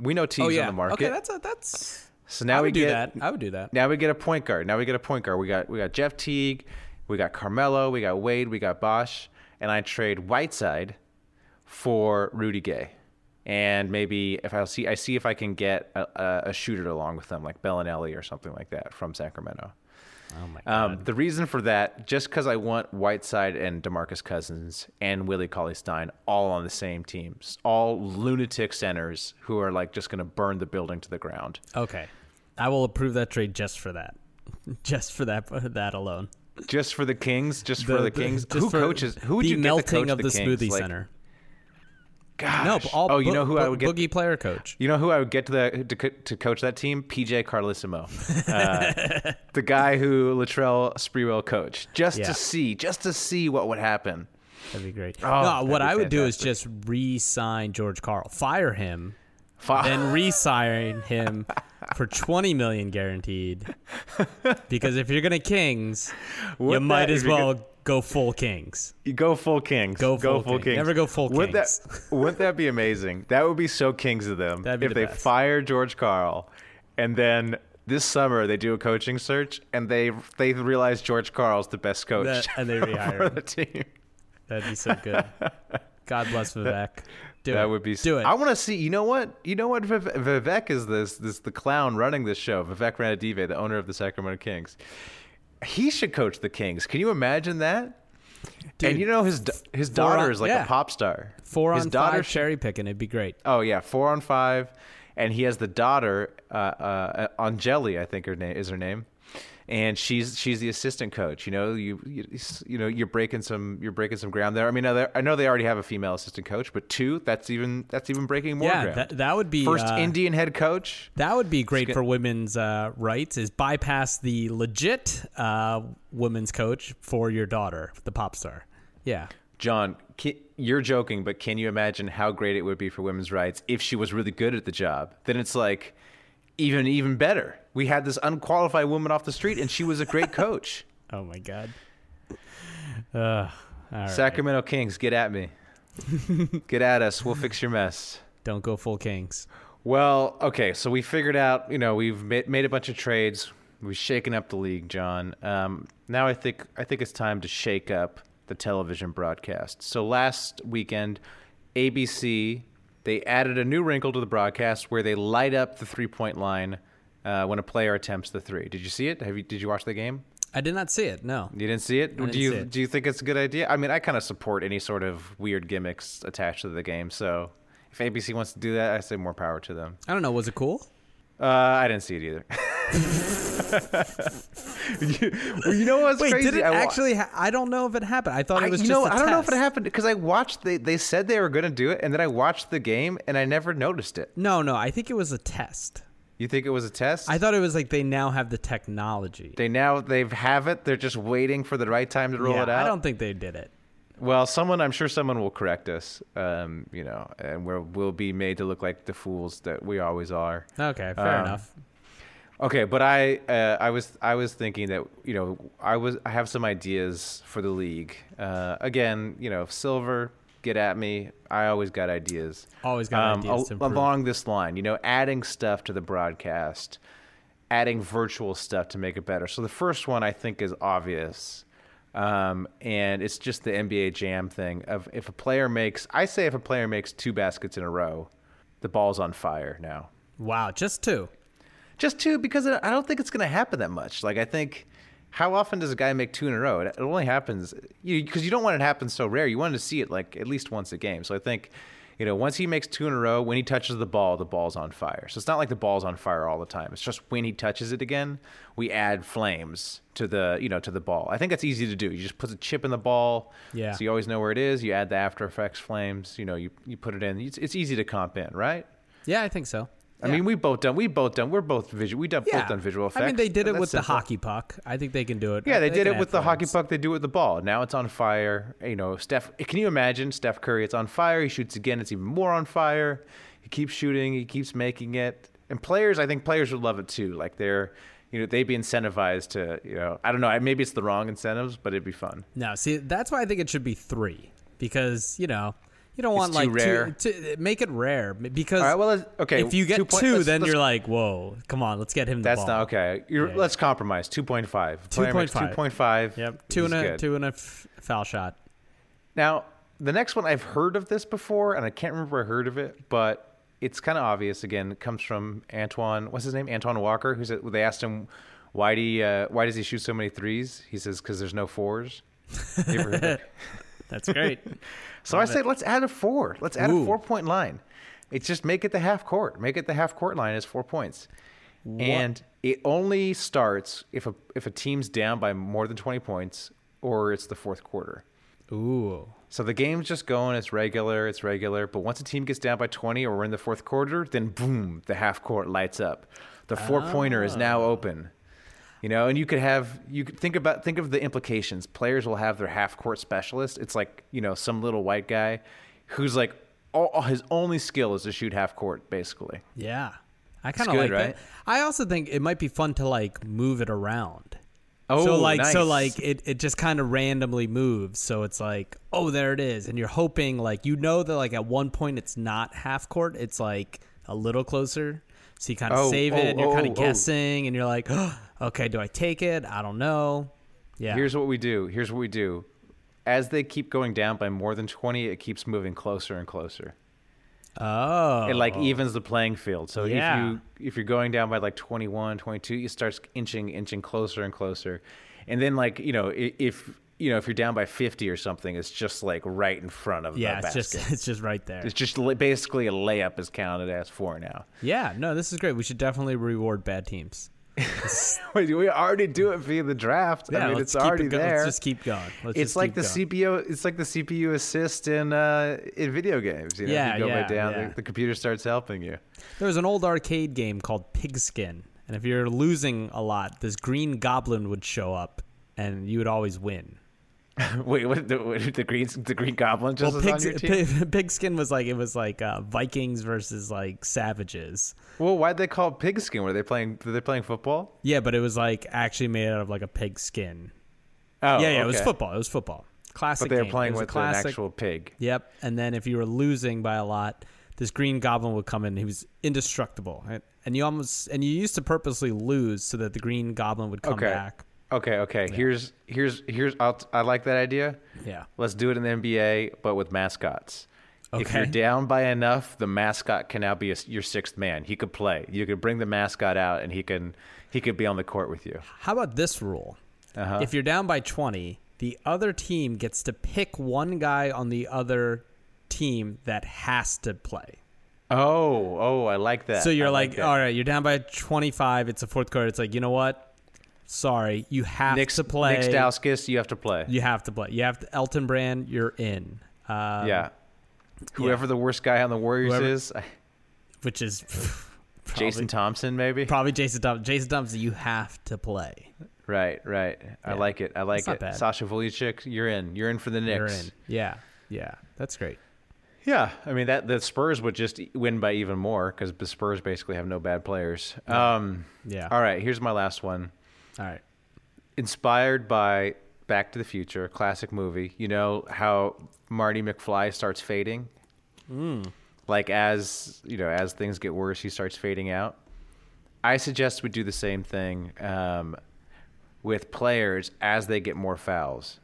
Speaker 8: We know Teague's
Speaker 9: Oh yeah.
Speaker 8: on the market.
Speaker 9: Okay, that's a, that's
Speaker 8: so now
Speaker 9: I
Speaker 8: we
Speaker 9: would do
Speaker 8: get
Speaker 9: that. I would do that.
Speaker 8: now we get a point guard. Now we get a point guard. We got we got Jeff Teague, we got Carmelo, we got Wade, we got Bosch, and I trade Whiteside for Rudy Gay, and maybe if I see I see if I can get a, a, a shooter along with them like Bellinelli or something like that from Sacramento.
Speaker 9: Oh my god.
Speaker 8: Um, the reason for that, just because I want Whiteside and Demarcus Cousins and Willie Cauley Stein all on the same teams, all lunatic centers who are like just going to burn the building to the ground.
Speaker 9: Okay. I will approve that trade just for that. Just for that that alone.
Speaker 8: Just for the Kings, just for the Kings.
Speaker 9: just
Speaker 8: who
Speaker 9: for
Speaker 8: coaches? Who would
Speaker 9: the
Speaker 8: you get
Speaker 9: melting
Speaker 8: to coach
Speaker 9: of the,
Speaker 8: Kings?
Speaker 9: smoothie
Speaker 8: Like,
Speaker 9: center?
Speaker 8: Gosh.
Speaker 9: No, but all
Speaker 8: oh, you
Speaker 9: bo-
Speaker 8: know who I
Speaker 9: bo-
Speaker 8: would get.
Speaker 9: boogie player coach.
Speaker 8: You know who I would get to the to, co- to coach that team? PJ Carlissimo, Uh, the guy who Latrell Sprewell coached, just
Speaker 9: Yeah.
Speaker 8: to see, just to see what would happen.
Speaker 9: That'd be great.
Speaker 8: Oh,
Speaker 9: no, what
Speaker 8: that'd be
Speaker 9: I would do is
Speaker 8: fantastic.
Speaker 9: just re-sign George Carl, fire him,
Speaker 8: Fi-
Speaker 9: then re-sign him for twenty million guaranteed. Because if you're gonna Kings, you
Speaker 8: Would
Speaker 9: might
Speaker 8: that-
Speaker 9: as
Speaker 8: if you're
Speaker 9: well go full Kings.
Speaker 8: You go full Kings.
Speaker 9: Go full Kings. Never go full
Speaker 8: Wouldn't
Speaker 9: Kings.
Speaker 8: That, wouldn't that be amazing? That would be so Kings of them
Speaker 9: That'd be
Speaker 8: if
Speaker 9: the
Speaker 8: they
Speaker 9: best.
Speaker 8: fire George Carl, and then this summer they do a coaching search and they they realize George Carl's the best coach
Speaker 9: That- and they
Speaker 8: for
Speaker 9: rehire him.
Speaker 8: the team.
Speaker 9: That'd be so good. God bless Vivek. Do
Speaker 8: that
Speaker 9: it.
Speaker 8: would be.
Speaker 9: do it.
Speaker 8: I want to see. You know what? You know what? Vive- Vivek is this this the clown running this show. Vivek Ranadive, the owner of the Sacramento Kings. He should coach the Kings. Can you imagine that?
Speaker 9: Dude,
Speaker 8: and you know his da- his
Speaker 9: four on-
Speaker 8: daughter is like
Speaker 9: yeah.
Speaker 8: a pop star.
Speaker 9: four
Speaker 8: his
Speaker 9: on
Speaker 8: daughter
Speaker 9: five
Speaker 8: should-
Speaker 9: cherry picking. It'd be great.
Speaker 8: Oh yeah, four on five, and he has the daughter, uh, uh, Angeli, I think her name is her name, and she's she's the assistant coach. You know, you you, you know you're breaking some you're breaking some ground there. I mean, I know- I know they already have a female assistant coach, but two that's even that's even breaking more
Speaker 9: yeah,
Speaker 8: ground.
Speaker 9: that, that would be
Speaker 8: First
Speaker 9: uh,
Speaker 8: Indian head coach.
Speaker 9: That would be great
Speaker 8: good.
Speaker 9: for women's uh, rights. Is bypass the legit uh, women's coach for your daughter, the pop star. Yeah,
Speaker 8: John, ca you're joking, but can you imagine how great it would be for women's rights if she was really good at the job? Then it's like even even better. We had this unqualified woman off the street, and she was a great coach.
Speaker 9: Oh my god.
Speaker 8: Sacramento Kings, get at me. get at us. We'll fix your mess.
Speaker 9: Don't go full kings.
Speaker 8: Well, okay. So we figured out, you know, we've ma- made a bunch of trades. We've shaken up the league, John. Um, now I think I think it's time to shake up the television broadcast. So last weekend, ABC they added a new wrinkle to the broadcast where they light up the three point line uh, when a player attempts the three. Did you see it? Have you did you watch the game?
Speaker 9: I did not see it. No.
Speaker 8: You didn't see it?
Speaker 9: didn't
Speaker 8: do you
Speaker 9: see it.
Speaker 8: do you think it's a good idea? I mean, I kind of support any sort of weird gimmicks attached to the game. So if ABC wants to do that, I say more power to them.
Speaker 9: I don't know. Was it cool?
Speaker 8: Uh, I didn't see it either. you, well, you know what's
Speaker 9: Wait,
Speaker 8: crazy?
Speaker 9: did it
Speaker 8: I wa-
Speaker 9: actually? Ha- I don't know if it happened. I thought
Speaker 8: I,
Speaker 9: it was
Speaker 8: you
Speaker 9: just.
Speaker 8: know,
Speaker 9: I
Speaker 8: I don't know if it happened because I watched. They they said they were going to do it, and then I watched the game, and I never noticed it.
Speaker 9: No, no. I think it was a test.
Speaker 8: You think it was a test?
Speaker 9: I thought it was like they now have the technology.
Speaker 8: they now they've have it. They're just waiting for the right time to roll
Speaker 9: yeah,
Speaker 8: it out.
Speaker 9: I don't think they did it.
Speaker 8: Well, someone, I'm sure someone will correct us, um, you know, and we're, we'll be made to look like the fools that we always are.
Speaker 9: Okay, fair
Speaker 8: Um,
Speaker 9: enough.
Speaker 8: Okay, but I, uh, I was, I was thinking that, you know, I was, I have some ideas for the league. Uh, again, you know, Silver, get at me. I always got ideas. Um,
Speaker 9: Always got ideas to improve.
Speaker 8: along this line, you know, adding stuff to the broadcast, adding virtual stuff to make it better. So the first one I think is obvious. Um, and it's just the NBA Jam thing of if a player makes, I say if a player makes two baskets in a row, the ball's on fire now
Speaker 9: Wow, just two.
Speaker 8: just two because I don't think it's going to happen that much. Like I think, how often does a guy make two in a row? It it only happens you because you don't want it to happen so rare. You want to see it like at least once a game. So I think, you know, once he makes two in a row, when he touches the ball, the ball's on fire. So it's not like the ball's on fire all the time. It's just when he touches it again, we add flames to the you know to the ball. I think that's easy to do. You just put a chip in the ball.
Speaker 9: Yeah.
Speaker 8: So you always know where it is. You add the After Effects flames. You know, you you put it in. It's, it's easy to comp in, right?
Speaker 9: Yeah, I think so.
Speaker 8: I mean, we both done. We both done. We're both visual. We done, both done visual effects.
Speaker 9: I mean, they did it
Speaker 8: That's
Speaker 9: with the
Speaker 8: simple.
Speaker 9: hockey puck. I think they can do it.
Speaker 8: Yeah, they, did
Speaker 9: can
Speaker 8: it with
Speaker 9: add
Speaker 8: the hockey
Speaker 9: flames.
Speaker 8: puck. They do it with the ball. Now it's on fire. You know, Steph. Can you imagine Steph Curry? It's on fire. He shoots again. It's even more on fire. He keeps shooting. He keeps making it. And players, I think players would love it too. Like they're, you know, they'd be incentivized to. You know, I don't know. Maybe it's the wrong incentives, but it'd be fun.
Speaker 9: No, see, that's why I think it should be three because you know you don't want
Speaker 8: too
Speaker 9: like
Speaker 8: rare.
Speaker 9: Two, to make it rare because
Speaker 8: All right, well, let's- okay,
Speaker 9: if you get
Speaker 8: two
Speaker 9: two,
Speaker 8: point- let's-
Speaker 9: then
Speaker 8: let's-
Speaker 9: you're like, whoa, come on, let's get him. The
Speaker 8: That's
Speaker 9: ball.
Speaker 8: not okay. You're,
Speaker 9: Yeah,
Speaker 8: let's compromise. Two point five. Two
Speaker 9: 2.5.
Speaker 8: Two point five.
Speaker 9: Yep, two and a two and a f- foul shot.
Speaker 8: Now, the next one I've heard of this before, and I can't remember where I heard of it, but it's kind of obvious. Again, it comes from Antoine. What's his name? Antoine Walker. Who said they asked him why do he, uh, why does he shoot so many threes? He says because there's no fours. You ever heard that?
Speaker 9: That's great.
Speaker 8: So I say let's add a four. Let's add a four point line. It's just make it the half court. Make it the half court line is four points. And it only starts if a if a team's down by more than twenty points or it's the fourth quarter.
Speaker 9: Ooh.
Speaker 8: So the game's just going, it's regular, it's regular. But once a team gets down by 20 or we're in the fourth quarter, then boom, the half court lights up. The four pointer is now open. You know, and you could have you could think about think of the implications. Players will have their half court specialist. It's like, you know, some little white guy who's like all, all- his only skill is to shoot half court, basically.
Speaker 9: Yeah. I kind of
Speaker 8: good,
Speaker 9: like
Speaker 8: right?
Speaker 9: that. I also think it might be fun to like move it around.
Speaker 8: Oh,
Speaker 9: so like so
Speaker 8: nice.
Speaker 9: like it, it just kind of randomly moves. So it's like, oh, there it is. And you're hoping like you know that like at one point it's not half court, it's like a little closer. So you kind of
Speaker 8: Oh,
Speaker 9: save it
Speaker 8: oh,
Speaker 9: and you're kind
Speaker 8: oh,
Speaker 9: of
Speaker 8: oh.
Speaker 9: guessing and you're like, okay, do I take it? I don't know. Yeah.
Speaker 8: Here's what we do. Here's what we do. As they keep going down by more than 20, it keeps moving closer and closer.
Speaker 9: oh.
Speaker 8: it like evens the playing field. So
Speaker 9: Yeah.
Speaker 8: if you if you're going down by like 21, 22, it starts inching inching closer and closer. And then like, you know, i- if you know, if you're down by 50 or something, it's just like right in front of
Speaker 9: yeah,
Speaker 8: the
Speaker 9: it's
Speaker 8: basket.
Speaker 9: just it's just right there.
Speaker 8: it's just li- basically a layup is counted as four now.
Speaker 9: Yeah, no, this is great. We should definitely reward bad teams.
Speaker 8: Wait, we already do it via the draft.
Speaker 9: Yeah,
Speaker 8: I mean,
Speaker 9: let's
Speaker 8: it's
Speaker 9: keep it
Speaker 8: already
Speaker 9: go-
Speaker 8: there.
Speaker 9: Let's just keep going. Let's
Speaker 8: it's
Speaker 9: just
Speaker 8: like
Speaker 9: keep
Speaker 8: the
Speaker 9: going.
Speaker 8: CPU. It's like the CPU assist in uh, in video games. You know,
Speaker 9: Yeah,
Speaker 8: if you go
Speaker 9: yeah,
Speaker 8: way down,
Speaker 9: yeah.
Speaker 8: the, the computer starts helping you.
Speaker 9: There was an old arcade game called Pigskin, and if you're losing a lot, this green goblin would show up, and you would always win.
Speaker 8: Wait, what? The, what, the green the green goblin just
Speaker 9: Well,
Speaker 8: is on your
Speaker 9: pigs,
Speaker 8: team.
Speaker 9: pig, Pigskin was like it was like uh, Vikings versus like savages.
Speaker 8: Well, why'd they call it pigskin? Were they playing? Were they playing football?
Speaker 9: Yeah, but it was like actually made out of like a pig skin.
Speaker 8: Oh,
Speaker 9: yeah, yeah, it was
Speaker 8: okay.
Speaker 9: football. It was football. Classic.
Speaker 8: But they were
Speaker 9: game. It
Speaker 8: playing
Speaker 9: was a
Speaker 8: with
Speaker 9: classic,
Speaker 8: an actual pig.
Speaker 9: Yep. And then if you were losing by a lot, this green goblin would come in. He was indestructible, right? and you almost and you used to purposely lose so that the green goblin would come
Speaker 8: Okay.
Speaker 9: back.
Speaker 8: Okay, okay. Here's here's here's. I'll, I like that idea.
Speaker 9: Yeah.
Speaker 8: Let's do it in the NBA, but with mascots. If you're
Speaker 9: Okay.
Speaker 8: down by enough, the mascot can now be a, your sixth man. He could play. You could bring the mascot out, and he can he could be on the court with you.
Speaker 9: How about this rule?
Speaker 8: Uh-huh.
Speaker 9: If you're down by 20, the other team gets to pick one guy on the other team that has to play.
Speaker 8: Oh, oh, I like that.
Speaker 9: So you're
Speaker 8: I
Speaker 9: like,
Speaker 8: that.
Speaker 9: all right, you're down by 25. It's a fourth quarter. It's like, you know what? Sorry, you have
Speaker 8: Nick's
Speaker 9: to play.
Speaker 8: Nick Stauskas, you have to play.
Speaker 9: You have to play. You have to. Elton Brand, you're in. Uh,
Speaker 8: yeah. Whoever the worst guy on the Warriors
Speaker 9: Whoever-
Speaker 8: is,
Speaker 9: Which is probably,
Speaker 8: Jason Thompson, maybe.
Speaker 9: probably Jason Thompson. Jason Thompson, you have to play.
Speaker 8: Right, right. I like it. I like
Speaker 9: not
Speaker 8: it.
Speaker 9: bad.
Speaker 8: Sasha Volicek, you're in. You're in for the Knicks.
Speaker 9: You're in. Yeah. Yeah. That's great.
Speaker 8: Yeah, I mean that the Spurs would just e, win by even more because the Spurs basically have no bad players. Um,
Speaker 9: Yeah.
Speaker 8: All right, here's my last one.
Speaker 9: All right.
Speaker 8: Inspired by Back to the Future, classic movie. You know how Marty McFly starts fading,
Speaker 9: Hmm.
Speaker 8: like as you know as things get worse, he starts fading out. I suggest we do the same thing um, with players as they get more fouls.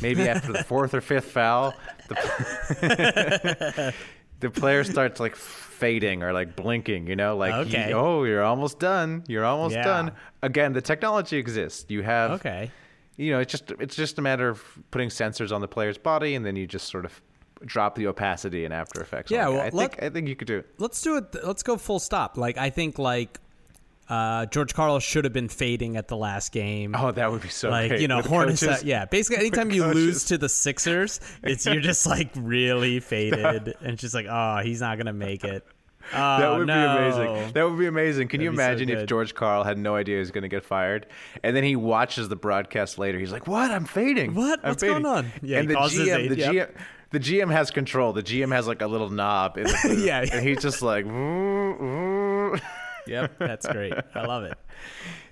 Speaker 8: Maybe after the fourth or fifth foul, the, the player starts like fading or like blinking, you know, like, you-
Speaker 9: Okay.
Speaker 8: oh, you're almost done. You're almost
Speaker 9: Yeah.
Speaker 8: done. Again, the technology exists. You have,
Speaker 9: Okay.
Speaker 8: you know, it's just, it's just a matter of putting sensors on the player's body and then you just sort of drop the opacity in After Effects. on
Speaker 9: Yeah,
Speaker 8: the guy.
Speaker 9: well,
Speaker 8: I
Speaker 9: let-
Speaker 8: think, I think you could do it.
Speaker 9: let's do it. Let's go full stop. Like I think like uh, George Carlos should have been fading at the last game.
Speaker 8: Oh, that would be so
Speaker 9: like
Speaker 8: great.
Speaker 9: you know,
Speaker 8: With
Speaker 9: Hornets.
Speaker 8: coaches-
Speaker 9: yeah, basically anytime you
Speaker 8: coaches.
Speaker 9: lose to the Sixers, it's you're just like really faded, and she's like, oh, he's not gonna make it. Oh,
Speaker 8: That would be
Speaker 9: no.
Speaker 8: amazing. That would be amazing. Can you
Speaker 9: That'd be so
Speaker 8: imagine if
Speaker 9: good.
Speaker 8: George Carl had no idea he was going to get fired, and then he watches the broadcast later? He's like, "What? I'm fading.
Speaker 9: What?
Speaker 8: I'm
Speaker 9: What's going
Speaker 8: fading."
Speaker 9: on? Yeah,
Speaker 8: and
Speaker 9: he
Speaker 8: the
Speaker 9: calls his
Speaker 8: GM,
Speaker 9: aide,
Speaker 8: the
Speaker 9: yep.
Speaker 8: GM, the GM has control. The GM has like a little knob. In the booth,
Speaker 9: Yeah.
Speaker 8: and he's just like, "Vroom, vroom."
Speaker 9: Yep, that's great. I love it.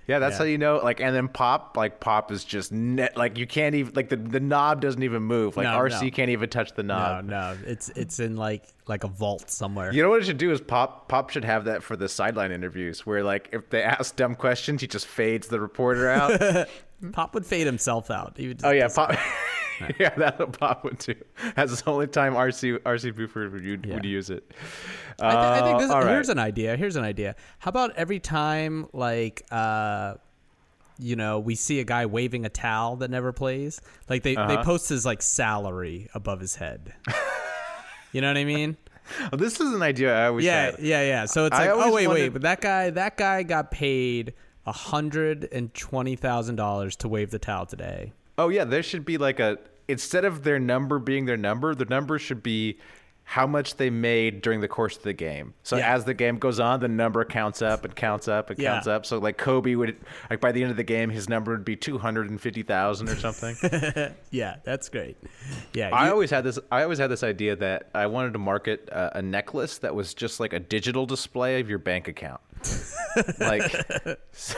Speaker 8: yeah, that's
Speaker 9: Yeah.
Speaker 8: how you know. Like, and then pop, like pop is just net. Like you can't even like the the knob doesn't even move. Like
Speaker 9: No,
Speaker 8: RC
Speaker 9: no.
Speaker 8: can't even touch the knob.
Speaker 9: No, no, it's it's in like like a vault somewhere.
Speaker 8: You know what it should do is Pop Pop should have that for the sideline interviews where like if they ask dumb questions, he just fades the reporter out.
Speaker 9: Pop would fade himself out. He would just
Speaker 8: oh yeah, Pop yeah, that's what Bob would do. That's the only time RC RC Buford would, would
Speaker 9: Yeah.
Speaker 8: use it.
Speaker 9: I, thi- I think
Speaker 8: Uh,
Speaker 9: this,
Speaker 8: all right.
Speaker 9: here's an idea. Here's an idea. How about every time, like, uh, you know, we see a guy waving a towel that never plays, like they,
Speaker 8: Uh-huh.
Speaker 9: they post his like salary above his head. you know what I mean?
Speaker 8: Oh, this is an idea I always
Speaker 9: Yeah,
Speaker 8: had.
Speaker 9: yeah, yeah. So it's
Speaker 8: I
Speaker 9: like, oh
Speaker 8: always
Speaker 9: wait, wait,
Speaker 8: wondered-
Speaker 9: but that guy, that guy got paid hundred and twenty thousand dollars to wave the towel today.
Speaker 8: Oh yeah, there should be like a instead of their number being their number, the number should be how much they made during the course of the game. So
Speaker 9: Yeah.
Speaker 8: as the game goes on, the number counts up and counts up and
Speaker 9: Yeah.
Speaker 8: counts up. So like Kobe would like by the end of the game, his number would be two hundred and fifty thousand or something.
Speaker 9: Yeah, that's great. Yeah,
Speaker 8: I
Speaker 9: you-
Speaker 8: always had this. I always had this idea that I wanted to market uh, a necklace that was just like a digital display of your bank account. like, so,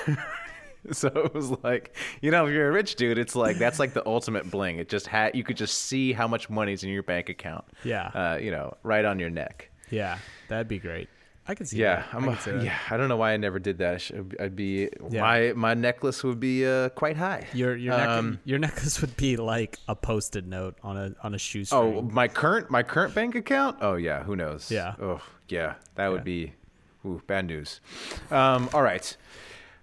Speaker 8: so it was like, you know, if you're a rich dude, it's like that's like the ultimate bling. It just had you could just see how much money's in your bank account.
Speaker 9: Yeah.
Speaker 8: uh, you know, right on your neck.
Speaker 9: yeah, that'd be great. I could see.
Speaker 8: Yeah,
Speaker 9: that.
Speaker 8: I'm.
Speaker 9: I
Speaker 8: A,
Speaker 9: could see that.
Speaker 8: yeah, I don't know why I never did that. I should, I'd be
Speaker 9: Yeah.
Speaker 8: my my necklace would be uh, quite high.
Speaker 9: Your your
Speaker 8: Um,
Speaker 9: neck, your necklace would be like a post-it note on a on a shoestring.
Speaker 8: Oh, my current my current bank account. Oh yeah, who knows?
Speaker 9: Yeah.
Speaker 8: Oh yeah, that would be, ooh, bad news. Um, all right.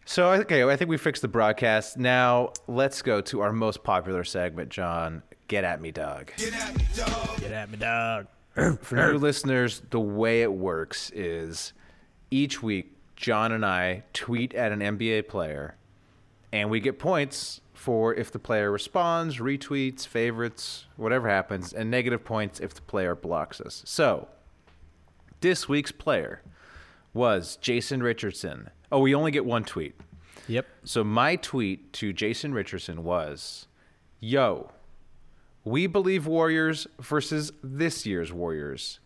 Speaker 8: So okay, I think we fixed the broadcast. Now let's go to our most popular segment, John. Get at me, dog. Oh.
Speaker 9: get at me, dog.
Speaker 8: For new listeners, the way it works is each week John and I tweet at an NBA player, and we get points for if the player responds, retweets, favorites, whatever happens, and negative points if the player blocks us. So this week's player was Jason Richardson. Oh, we only get one tweet.
Speaker 9: Yep.
Speaker 8: So my tweet to Jason Richardson was, "Yo, we believe Warriors versus this year's Warriors.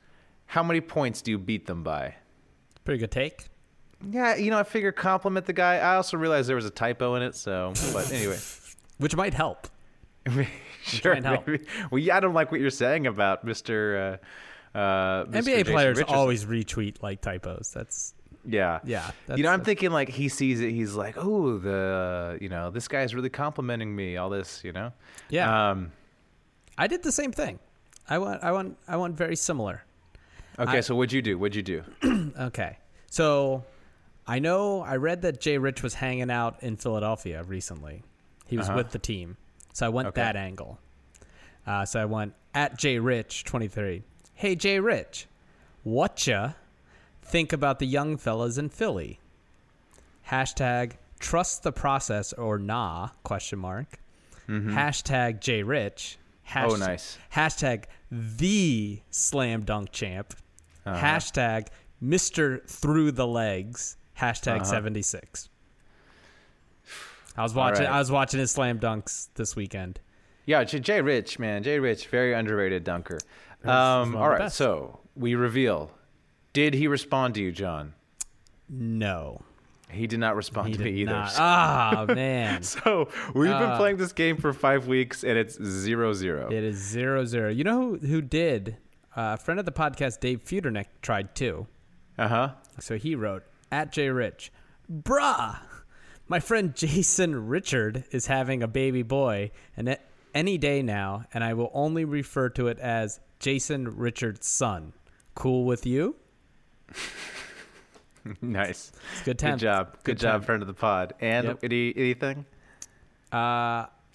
Speaker 8: How many points do you beat them by?"
Speaker 9: Pretty good take.
Speaker 8: Yeah, you know, I figure compliment the guy. I also realized there was a typo in it, so but anyway.
Speaker 9: Which might help.
Speaker 8: sure.
Speaker 9: and help.
Speaker 8: Maybe. Well, yeah, I don't like what you're saying about Mr. Uh, uh, Mr.
Speaker 9: NBA
Speaker 8: Jason
Speaker 9: players
Speaker 8: Richardson.
Speaker 9: always retweet like typos. That's
Speaker 8: Yeah.
Speaker 9: Yeah,
Speaker 8: you
Speaker 9: that's-
Speaker 8: know, I'm
Speaker 9: that's-
Speaker 8: thinking like he sees it. He's like, oh, the, you know, this guy's really complimenting me, all this, you know?
Speaker 9: yeah.
Speaker 8: Um,
Speaker 9: I did the same thing. I want I want I want very similar.
Speaker 8: okay, so what'd you do? What'd you do?
Speaker 9: Okay. So I know I read that Jay Rich was hanging out in Philadelphia recently. He was with the team. So I went
Speaker 8: Uh-huh. Okay.
Speaker 9: that angle. Uh, so I went at Jay Rich 23. Hey, Jay Rich, whatcha think about the young fellas in Philly? Hashtag trust the process or nah, question mark. Hashtag Jay Rich. Hashtag,
Speaker 8: Mm-hmm. Oh, nice.
Speaker 9: Hashtag the slam dunk champ.
Speaker 8: Uh-huh.
Speaker 9: Hashtag Mr. Through the Legs. Hashtag
Speaker 8: Uh-huh.
Speaker 9: 76. I was watching
Speaker 8: right.
Speaker 9: I was watching his slam dunks this weekend.
Speaker 8: Yeah, J- Jay Rich, man. Jay Rich, very underrated dunker. Um,
Speaker 9: the
Speaker 8: all right,
Speaker 9: best.
Speaker 8: so we reveal. Did he respond to you, John?
Speaker 9: No.
Speaker 8: He did not respond to me either.
Speaker 9: Not- Uh, Ah man.
Speaker 8: So we've been playing this game for five weeks and it's zero zero.
Speaker 9: It is zero zero. You know who who did? Uh, a friend of the podcast, Dave Feudernick, tried too.
Speaker 8: Uh huh.
Speaker 9: So he wrote at J Rich, bruh. My friend Jason Richard is having a baby boy, and it, any day now, and I will only refer to it as Jason Richard's son. Cool with you?
Speaker 8: Nice.
Speaker 9: Good
Speaker 8: Good
Speaker 9: time.
Speaker 8: job. Good, job,
Speaker 9: time.
Speaker 8: friend of the pod. And
Speaker 9: Yep.
Speaker 8: any, anything?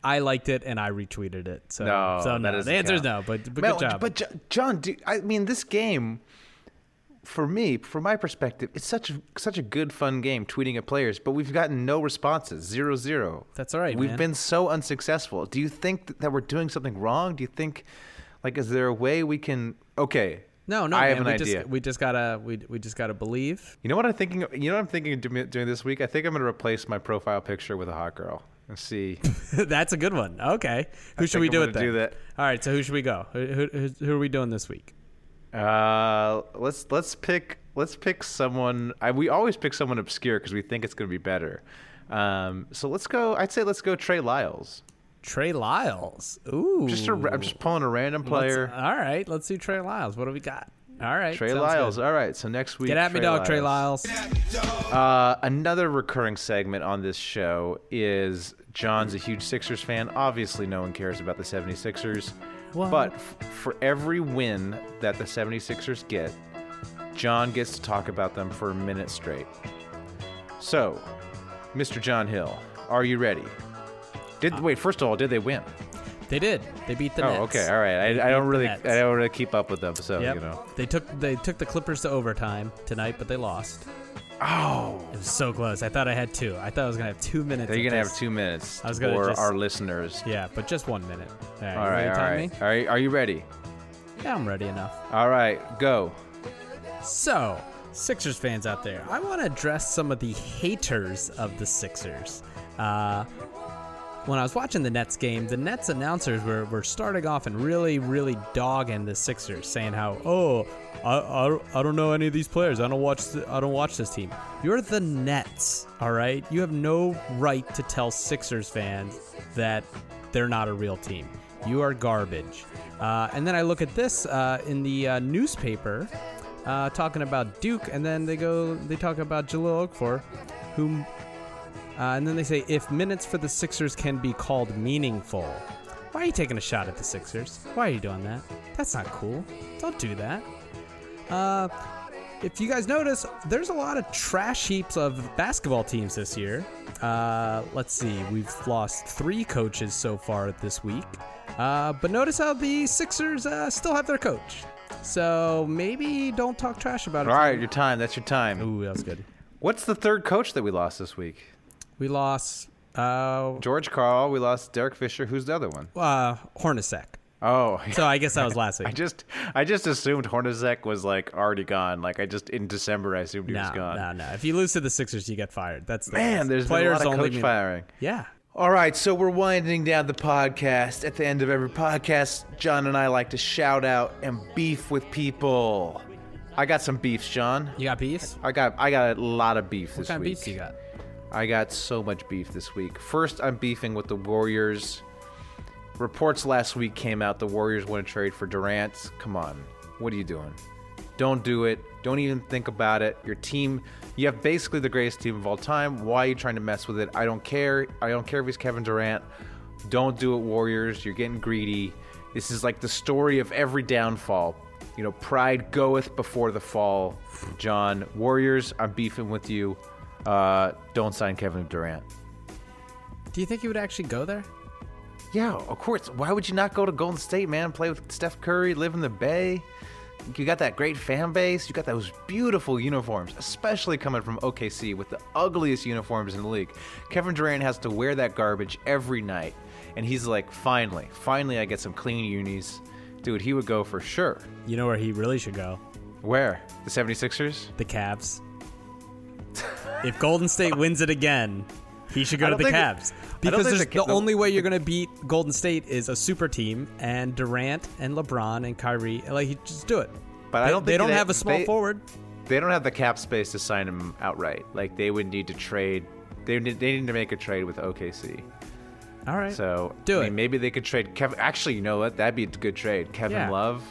Speaker 9: I liked it, and I retweeted it. So
Speaker 8: No,
Speaker 9: so
Speaker 8: that
Speaker 9: no.
Speaker 8: doesn't
Speaker 9: The answer is no.
Speaker 8: count.
Speaker 9: But, but
Speaker 8: Man,
Speaker 9: good job.
Speaker 8: But Jo- John, do, I mean, this game, for me, from my perspective, it's such a, such a good, fun game. Tweeting at players, but we've gotten no responses. Zero zero.
Speaker 9: That's all right,
Speaker 8: We've
Speaker 9: man.
Speaker 8: been so unsuccessful. Do you think th- that we're doing something wrong? Do you think, like, is there a way we can? Okay.
Speaker 9: no, no.
Speaker 8: I have
Speaker 9: man,
Speaker 8: an
Speaker 9: we
Speaker 8: idea.
Speaker 9: Just, we just gotta we we just gotta believe.
Speaker 8: you know what I'm thinking? of- You know what I'm thinking of doing doing this week? I think I'm going to replace my profile picture with a hot girl and see.
Speaker 9: That's a good one. Okay. Who should
Speaker 8: think
Speaker 9: we
Speaker 8: I'm
Speaker 9: do
Speaker 8: gonna
Speaker 9: it then?
Speaker 8: do that.
Speaker 9: All right. So who should we go? Who, who, who- who are we doing this week?
Speaker 8: Uh, let's let's pick let's pick someone. I, we always pick someone obscure because we think it's going to be better. Um, so let's go. I'd say let's go Trey Lyles.
Speaker 9: Trey Lyles. Ooh.
Speaker 8: Just a, ra- I'm just pulling a random
Speaker 9: Let's-
Speaker 8: player.
Speaker 9: all right. Let's do Trey Lyles. What do we got? All right.
Speaker 8: Trey
Speaker 9: sounds
Speaker 8: Lyles. Oh,
Speaker 9: good.
Speaker 8: All right. So next week,
Speaker 9: Get at me, dog. Trey Lyles.
Speaker 8: Uh, another recurring segment on this show is John's a huge Sixers fan. Obviously, no one cares about the 76ers. But f- for every win that the 76ers get, John gets to talk about them for a minute straight. So, Mr. John Hill, are you ready? Did wait? First of all, did they win?
Speaker 9: They did. They beat Uh, the
Speaker 8: Oh,
Speaker 9: Nets.
Speaker 8: okay, all right. I, I
Speaker 9: beat
Speaker 8: don't
Speaker 9: the
Speaker 8: really, I
Speaker 9: Nets.
Speaker 8: don't really keep up with them, so
Speaker 9: Yep.
Speaker 8: you know.
Speaker 9: They took they took the Clippers to overtime tonight, but they lost.
Speaker 8: Oh,
Speaker 9: It was so close. I thought I had two. I thought I was gonna have two minutes.
Speaker 8: they're
Speaker 9: of
Speaker 8: gonna have
Speaker 9: this.
Speaker 8: two minutes
Speaker 9: I was gonna
Speaker 8: for
Speaker 9: just-
Speaker 8: our listeners.
Speaker 9: Yeah, but just one minute. All right,
Speaker 8: All
Speaker 9: you
Speaker 8: right,
Speaker 9: ready to
Speaker 8: all
Speaker 9: time
Speaker 8: right, all right. Are you ready?
Speaker 9: me? Yeah, I'm ready enough.
Speaker 8: All right, go.
Speaker 9: So, Sixers fans out there, I want to address some of the haters of the Sixers. Uh, when I was watching the Nets game, the Nets announcers were, were starting off and really, really dogging the Sixers, saying how, oh, I, I, I don't know any of these players. I don't watch th- I don't watch this team. You're the Nets, all right? You have no right to tell Sixers fans that they're not a real team. You are garbage. Uh, and then I look at this uh, in the uh, newspaper uh, talking about Duke, and then they go they talk about Jalil Okafor, whom uh, and then they say, if minutes for the Sixers can be called meaningful, why are you taking a shot at the Sixers? Why are you doing that? That's not cool. Don't do that. Uh, if you guys notice, there's a lot of trash heaps of basketball teams this year. Uh, let's see, we've lost three coaches so far this week. Uh, but notice how the Sixers uh, still have their coach. So maybe don't talk trash about it.
Speaker 8: All right, your time. That's your time.
Speaker 9: Ooh, that was good.
Speaker 8: What's the third coach that we lost this week?
Speaker 9: We lost uh,
Speaker 8: George Carl. We lost Derek Fisher. Who's the other one?
Speaker 9: uh, Hornacek.
Speaker 8: Oh,
Speaker 9: So I guess that was last
Speaker 8: I
Speaker 9: week.
Speaker 8: just, I just assumed Hornacek was like already gone. Like I just in December, I assumed he
Speaker 9: No,
Speaker 8: was gone.
Speaker 9: no, no. If you lose to the Sixers, you get fired. That's the
Speaker 8: Man,
Speaker 9: best.
Speaker 8: there's
Speaker 9: players
Speaker 8: been a lot of
Speaker 9: only
Speaker 8: coach
Speaker 9: mean-
Speaker 8: firing.
Speaker 9: Yeah,
Speaker 8: All right, so we're winding down the podcast. At the end of every podcast, John and I like to shout out and beef with people. I got some beefs, John.
Speaker 9: you got beefs.
Speaker 8: I got I got a lot of beef
Speaker 9: What
Speaker 8: this
Speaker 9: kind of
Speaker 8: week.
Speaker 9: beefs you got?
Speaker 8: I got so much beef this week. First, I'm beefing with the Warriors. Reports last week came out the Warriors want to trade for Durant. Come on. What are you doing? Don't do it. Don't even think about it. Your team, you have basically the greatest team of all time. Why are you trying to mess with it? I don't care. I don't care if he's Kevin Durant. Don't do it, Warriors. You're getting greedy. This is like the story of every downfall. You know, pride goeth before the fall. John, Warriors, I'm beefing with you. Uh, don't sign Kevin Durant.
Speaker 9: Do you think you would actually go there?
Speaker 8: Yeah, of course. Why would you not go to Golden State, man? Play with Steph Curry, live in the Bay. You got that great fan base. You got those beautiful uniforms, especially coming from OKC with the ugliest uniforms in the league. Kevin Durant has to wear that garbage every night. And he's like, finally, finally, I get some clean unis. Dude, he would go for sure.
Speaker 9: You know where he really should go?
Speaker 8: Where? The 76ers?
Speaker 9: The Cavs. if Golden State wins it again, he should go
Speaker 8: I
Speaker 9: to
Speaker 8: don't
Speaker 9: the
Speaker 8: think-
Speaker 9: Cavs
Speaker 8: I don't
Speaker 9: because there's
Speaker 8: think the
Speaker 9: the,
Speaker 8: Ca- the-
Speaker 9: only way you're going to beat Golden State is a super team and Durant and LeBron and Kyrie. Like, he- just do it.
Speaker 8: But I
Speaker 9: They-
Speaker 8: don't
Speaker 9: they
Speaker 8: think
Speaker 9: don't
Speaker 8: that-
Speaker 9: have a small
Speaker 8: they-
Speaker 9: forward.
Speaker 8: They don't have the cap space to sign him outright. Like, they would need to trade. They need, they need to make a trade with OKC.
Speaker 9: All right,
Speaker 8: So
Speaker 9: do
Speaker 8: I
Speaker 9: it.
Speaker 8: mean, maybe they could trade Kevin. Actually, you know what? That'd be a good trade. Kevin
Speaker 9: Yeah.
Speaker 8: Love,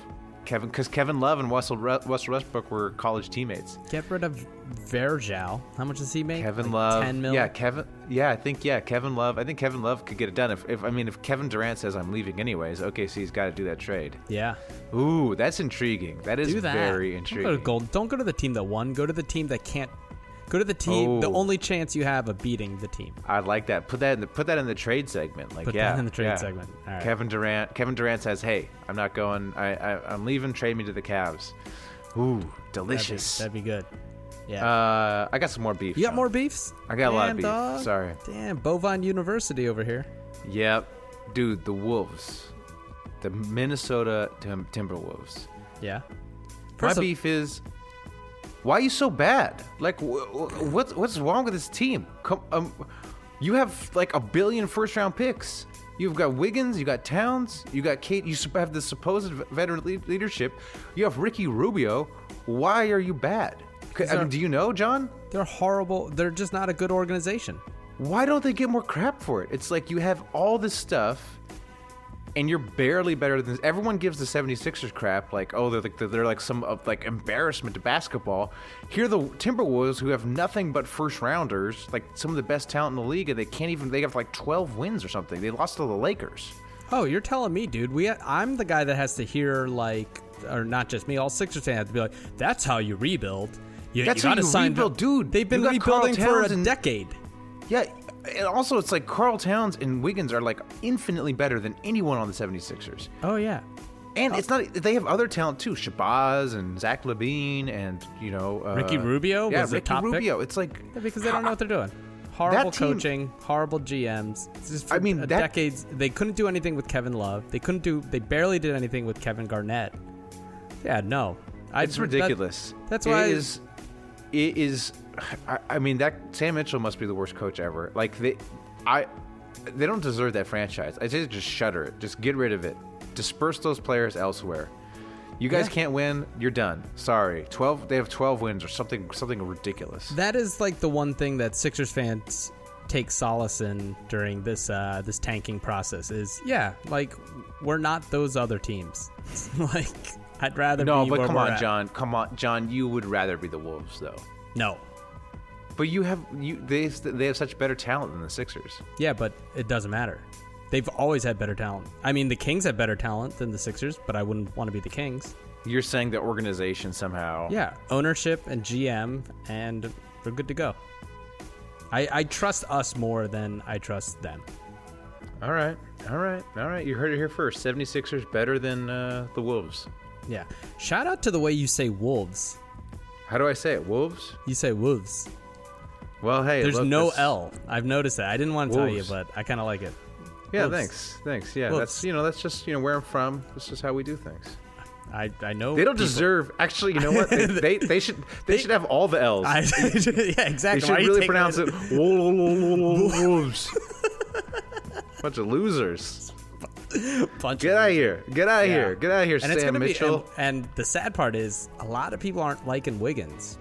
Speaker 8: Kevin, because Kevin Love and Russell, Ru- Russell Westbrook were college teammates.
Speaker 9: Get rid of Verjao. How much does he make?
Speaker 8: Kevin
Speaker 9: Like
Speaker 8: Love,
Speaker 9: ten mil.
Speaker 8: yeah, Kevin, yeah, I think yeah, Kevin Love. I think Kevin Love could get it done. If, if I mean, if Kevin Durant says I'm leaving anyways, OKC's got to do that trade.
Speaker 9: yeah.
Speaker 8: Ooh, that's intriguing. That is
Speaker 9: Do that.
Speaker 8: very
Speaker 9: Don't
Speaker 8: intriguing.
Speaker 9: Go to gold. Don't go to the team that won. Go to the team that can't. Go to the team. The
Speaker 8: Oh.
Speaker 9: only chance you have of beating the team.
Speaker 8: I like that. Put that in the put that in the trade segment. Like
Speaker 9: Put
Speaker 8: yeah,
Speaker 9: that in the trade
Speaker 8: yeah.
Speaker 9: segment. All right.
Speaker 8: Kevin Durant. Kevin Durant says, "Hey, I'm not going. I, I I'm leaving. Trade me to the Cavs." Ooh,
Speaker 9: That'd be,
Speaker 8: delicious.
Speaker 9: that'd be good. Yeah.
Speaker 8: Uh, I got some more beef.
Speaker 9: you got
Speaker 8: Sean.
Speaker 9: more beefs?
Speaker 8: I got a lot of
Speaker 9: Damn,
Speaker 8: beef.
Speaker 9: dog.
Speaker 8: Sorry.
Speaker 9: Damn, Bovine University over here.
Speaker 8: Yep, dude, the Wolves, the Minnesota Tim- Timberwolves.
Speaker 9: Yeah.
Speaker 8: My
Speaker 9: First of-
Speaker 8: beef is, why are you so bad? Like, wh- wh- what's what's wrong with this team? Come, um, you have like a billion first round picks. You've got Wiggins, you got Towns, you got Kate. You sup- have the supposed v- veteran lead- leadership. You have Ricky Rubio. Why are you bad? C- I mean, do you know, John?
Speaker 9: They're horrible. They're just not a good organization.
Speaker 8: why don't they get more crap for it? It's like you have all this stuff and you're barely better than everyone gives the 76ers crap like oh they're like they're like some of like embarrassment to basketball here are the timberwolves who have nothing but first rounders like some of the best talent in the league and they can't even they have like 12 wins or something they lost to the lakers
Speaker 9: Oh, you're telling me, dude. We I'm the guy that has to hear like, or not just me. All Sixers fans have to be like, "That's how you rebuild." You,
Speaker 8: That's
Speaker 9: you
Speaker 8: how
Speaker 9: gotta
Speaker 8: you
Speaker 9: sign
Speaker 8: rebuild, dude.
Speaker 9: They've been
Speaker 8: You got Karl
Speaker 9: rebuilding for a
Speaker 8: Towns and-
Speaker 9: decade.
Speaker 8: yeah and also it's like carl towns and wiggins are like infinitely better than anyone on the 76ers
Speaker 9: Oh yeah.
Speaker 8: and it's not they have other talent too shabazz and zach levine and you know uh,
Speaker 9: Ricky Rubio
Speaker 8: yeah
Speaker 9: was the
Speaker 8: ricky
Speaker 9: top pick?
Speaker 8: rubio it's like
Speaker 9: Yeah, because they don't know what they're doing. Horrible
Speaker 8: team-
Speaker 9: coaching, horrible GMs. It's just for
Speaker 8: I mean,
Speaker 9: a
Speaker 8: that-
Speaker 9: decades they couldn't do anything with Kevin Love. They couldn't do. They barely did anything with Kevin Garnett. Yeah, no, I-
Speaker 8: It's
Speaker 9: that-
Speaker 8: ridiculous.
Speaker 9: that's
Speaker 8: It
Speaker 9: why
Speaker 8: is- It is. I, I mean, that Sam Mitchell must be the worst coach ever. Like they, I, they don't deserve that franchise. I say just shutter it. Just get rid of it. Disperse those players elsewhere. You guys
Speaker 9: Yeah.
Speaker 8: can't win. You're done. Sorry. Twelve. They have twelve wins or something. Something ridiculous.
Speaker 9: That is like the one thing that Sixers fans take solace in during this uh, this tanking process is yeah, like we're not those other teams. like I'd rather
Speaker 8: no,
Speaker 9: be
Speaker 8: but
Speaker 9: where
Speaker 8: come
Speaker 9: we're
Speaker 8: on,
Speaker 9: at.
Speaker 8: John. Come on, John. You would rather be the Wolves, though.
Speaker 9: No,
Speaker 8: But you have you. They they have such better talent than the Sixers.
Speaker 9: yeah, but it doesn't matter. They've always had better talent. I mean, the Kings have better talent than the Sixers, but I wouldn't want to be the Kings.
Speaker 8: You're saying the organization somehow.
Speaker 9: Yeah, ownership and GM, and we're good to go. I, I trust us more than I trust them.
Speaker 8: All right. All right. All right. You heard it here first. 76ers better than uh, the Wolves.
Speaker 9: Yeah. Shout out to the way you say wolves.
Speaker 8: How do I say it? Wolves?
Speaker 9: You say wolves.
Speaker 8: Well, hey.
Speaker 9: There's
Speaker 8: look,
Speaker 9: no
Speaker 8: this-
Speaker 9: L. I've noticed that. I didn't want to tell you,
Speaker 8: Wolves.
Speaker 9: but I kind of like it.
Speaker 8: Yeah,
Speaker 9: Wolves.
Speaker 8: thanks. Thanks. Yeah,
Speaker 9: Wolves.
Speaker 8: that's, you know, that's just, you know, where I'm from. This is how we do things.
Speaker 9: I, I know
Speaker 8: They don't
Speaker 9: people-
Speaker 8: deserve, actually, you know what? They, they, they should they, should have all the L's.
Speaker 9: I, yeah,
Speaker 8: they
Speaker 9: exactly.
Speaker 8: should
Speaker 9: Why are you
Speaker 8: really
Speaker 9: taking
Speaker 8: pronounce it Wolves. Bunch of losers.
Speaker 9: Bunch
Speaker 8: Get
Speaker 9: of-
Speaker 8: out of here. Get out of
Speaker 9: Yeah.
Speaker 8: here. Get out of here,
Speaker 9: And it's
Speaker 8: Sam
Speaker 9: gonna
Speaker 8: Mitchell.
Speaker 9: Be, and, and the sad part is, a lot of people aren't liking Wiggins.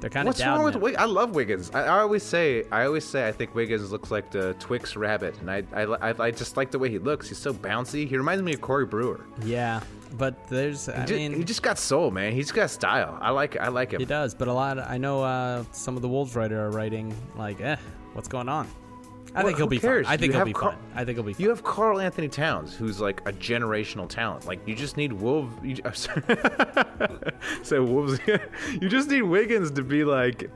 Speaker 9: They're kind of
Speaker 8: What's
Speaker 9: down.
Speaker 8: wrong with
Speaker 9: in it.
Speaker 8: Wiggins? I love Wiggins. I, I always say, I always say, I think Wiggins looks like the Twix rabbit, and I, I, I, I just like the way he looks. He's so bouncy. He reminds me of Corey Brewer.
Speaker 9: Yeah, but there's. I
Speaker 8: He, ju-
Speaker 9: mean,
Speaker 8: he just got soul, man. He's got style. I like, I like him.
Speaker 9: He does, but a lot. I know uh, some of the Wolves writer are writing like, "Eh, what's going on?" I
Speaker 8: Well,
Speaker 9: think he'll
Speaker 8: who
Speaker 9: be
Speaker 8: cares?
Speaker 9: fine. I think
Speaker 8: You
Speaker 9: he'll
Speaker 8: have
Speaker 9: be
Speaker 8: Car-
Speaker 9: fine. I think he'll be fine.
Speaker 8: You have Carl Anthony Towns, who's like a generational talent. Like you just need Wolves. You, I'm sorry. so Wolves, you just need Wiggins to be like,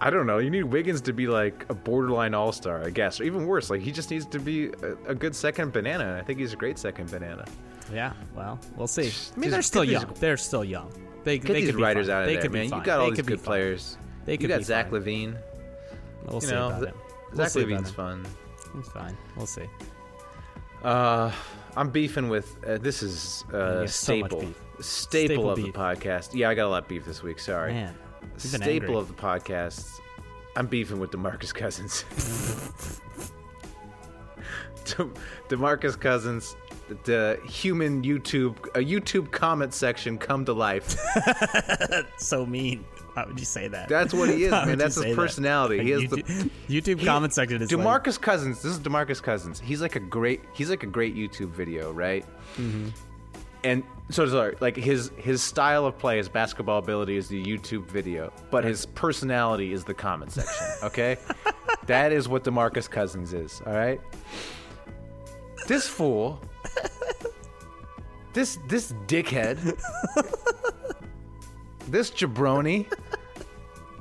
Speaker 8: I don't know. You need Wiggins to be like a borderline All Star, I guess, or even worse. Like he just needs to be a, a good second banana. And I think he's a great second banana.
Speaker 9: yeah. Well, we'll see. I mean,
Speaker 8: Just
Speaker 9: they're
Speaker 8: get
Speaker 9: still
Speaker 8: these-
Speaker 9: young. They're still young. They,
Speaker 8: Get
Speaker 9: they
Speaker 8: these
Speaker 9: could be
Speaker 8: writers
Speaker 9: fine.
Speaker 8: out of
Speaker 9: they
Speaker 8: there,
Speaker 9: could be
Speaker 8: man.
Speaker 9: fine.
Speaker 8: You got all
Speaker 9: They
Speaker 8: these
Speaker 9: could be
Speaker 8: good
Speaker 9: fine.
Speaker 8: players.
Speaker 9: They
Speaker 8: you
Speaker 9: could
Speaker 8: got
Speaker 9: be
Speaker 8: Zach
Speaker 9: fine.
Speaker 8: Levine.
Speaker 9: We'll
Speaker 8: You
Speaker 9: see
Speaker 8: know,
Speaker 9: about
Speaker 8: th-
Speaker 9: him. We'll
Speaker 8: Zach
Speaker 9: see about
Speaker 8: Levine's
Speaker 9: him.
Speaker 8: fun.
Speaker 9: He's fine. We'll see.
Speaker 8: Uh, I'm beefing with uh, this is uh,
Speaker 9: have so much
Speaker 8: staple
Speaker 9: beef.
Speaker 8: staple
Speaker 9: Staple
Speaker 8: of the
Speaker 9: beef.
Speaker 8: podcast. Yeah, I got a lot of beef this week. Sorry,
Speaker 9: Man, you've been
Speaker 8: staple
Speaker 9: angry.
Speaker 8: of the podcast. I'm beefing with Demarcus Cousins. De- Demarcus Cousins, the human YouTube a YouTube comment section come to life.
Speaker 9: So mean. Why would you say that?
Speaker 8: That's what he is,
Speaker 9: Why
Speaker 8: man.
Speaker 9: would
Speaker 8: That's
Speaker 9: you
Speaker 8: his
Speaker 9: say that?
Speaker 8: personality. He has the-
Speaker 9: YouTube, YouTube
Speaker 8: He-
Speaker 9: comment section is like-
Speaker 8: Demarcus Cousins. This is Demarcus Cousins. He's like a great. He's like a great YouTube video, right?
Speaker 9: Mm-hmm.
Speaker 8: And so sorry, like his his style of play, his basketball ability is the YouTube video, but his personality is the comment section. Okay, that is what Demarcus Cousins is. All right. This fool. This this dickhead. this jabroni.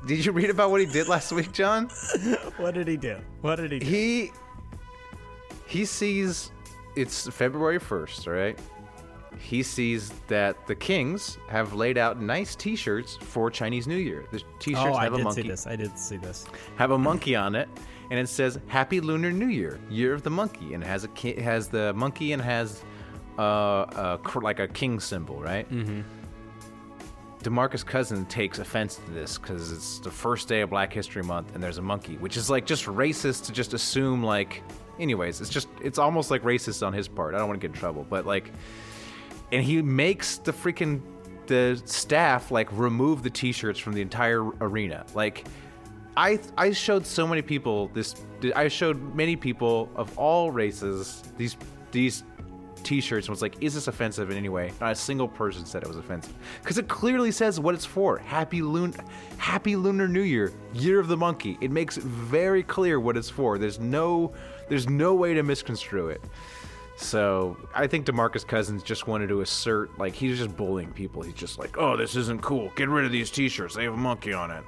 Speaker 8: Did you read about what he did last week, John?
Speaker 9: what did he do? What did he do?
Speaker 8: he he sees it's February 1st, all right? He sees that the Kings have laid out nice t-shirts for Chinese New Year. The t-shirts
Speaker 9: oh, I
Speaker 8: have a
Speaker 9: did see
Speaker 8: monkey
Speaker 9: this. I did see this.
Speaker 8: have a monkey on it and it says Happy Lunar New Year, Year of the Monkey and it has a ki- it has the monkey and has uh, a, cr- like a king symbol, right? Mhm. DeMarcus Cousins takes offense to this because it's the first day of Black History Month and there's a monkey, which is like just racist to just assume like. Anyways, it's just it's almost like racist on his part. I don't want to get in trouble, but like, and he makes the freaking the staff like remove the t-shirts from the entire arena. Like, I I showed so many people this. I showed many people of all races these these T-shirts and was like, "Is this offensive in any way?" Not a single person said it was offensive because it clearly says what it's for. Happy Loon, Happy Lunar New Year, Year of the Monkey. It makes it very clear what it's for. There's no, there's no way to misconstrue it. So I think Demarcus Cousins just wanted to assert, like he was just bullying people. He's just like, "Oh, this isn't cool. Get rid of these T-shirts. They have a monkey on it."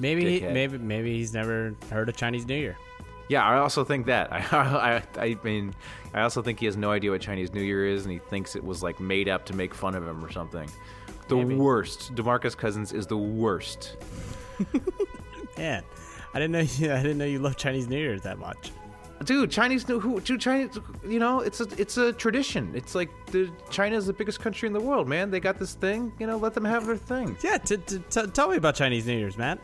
Speaker 9: Maybe he,
Speaker 8: Dickhead.
Speaker 9: maybe maybe he's never heard of Chinese New Year.
Speaker 8: Yeah, I also think that. I, I, I mean, I also think he has no idea what Chinese New Year is, and he thinks it was like made up to make fun of him or something. The worst. Demarcus Cousins is the worst.
Speaker 9: Man, I didn't know you, I didn't know you loved Chinese New Year that much.
Speaker 8: Dude, Chinese New who? Dude, Chinese. You know, it's a it's a tradition. It's like the China is the biggest country in the world, man. They got this thing. You know, let them have their thing.
Speaker 9: Yeah, t- t- t- tell me about Chinese New Year's, Matt.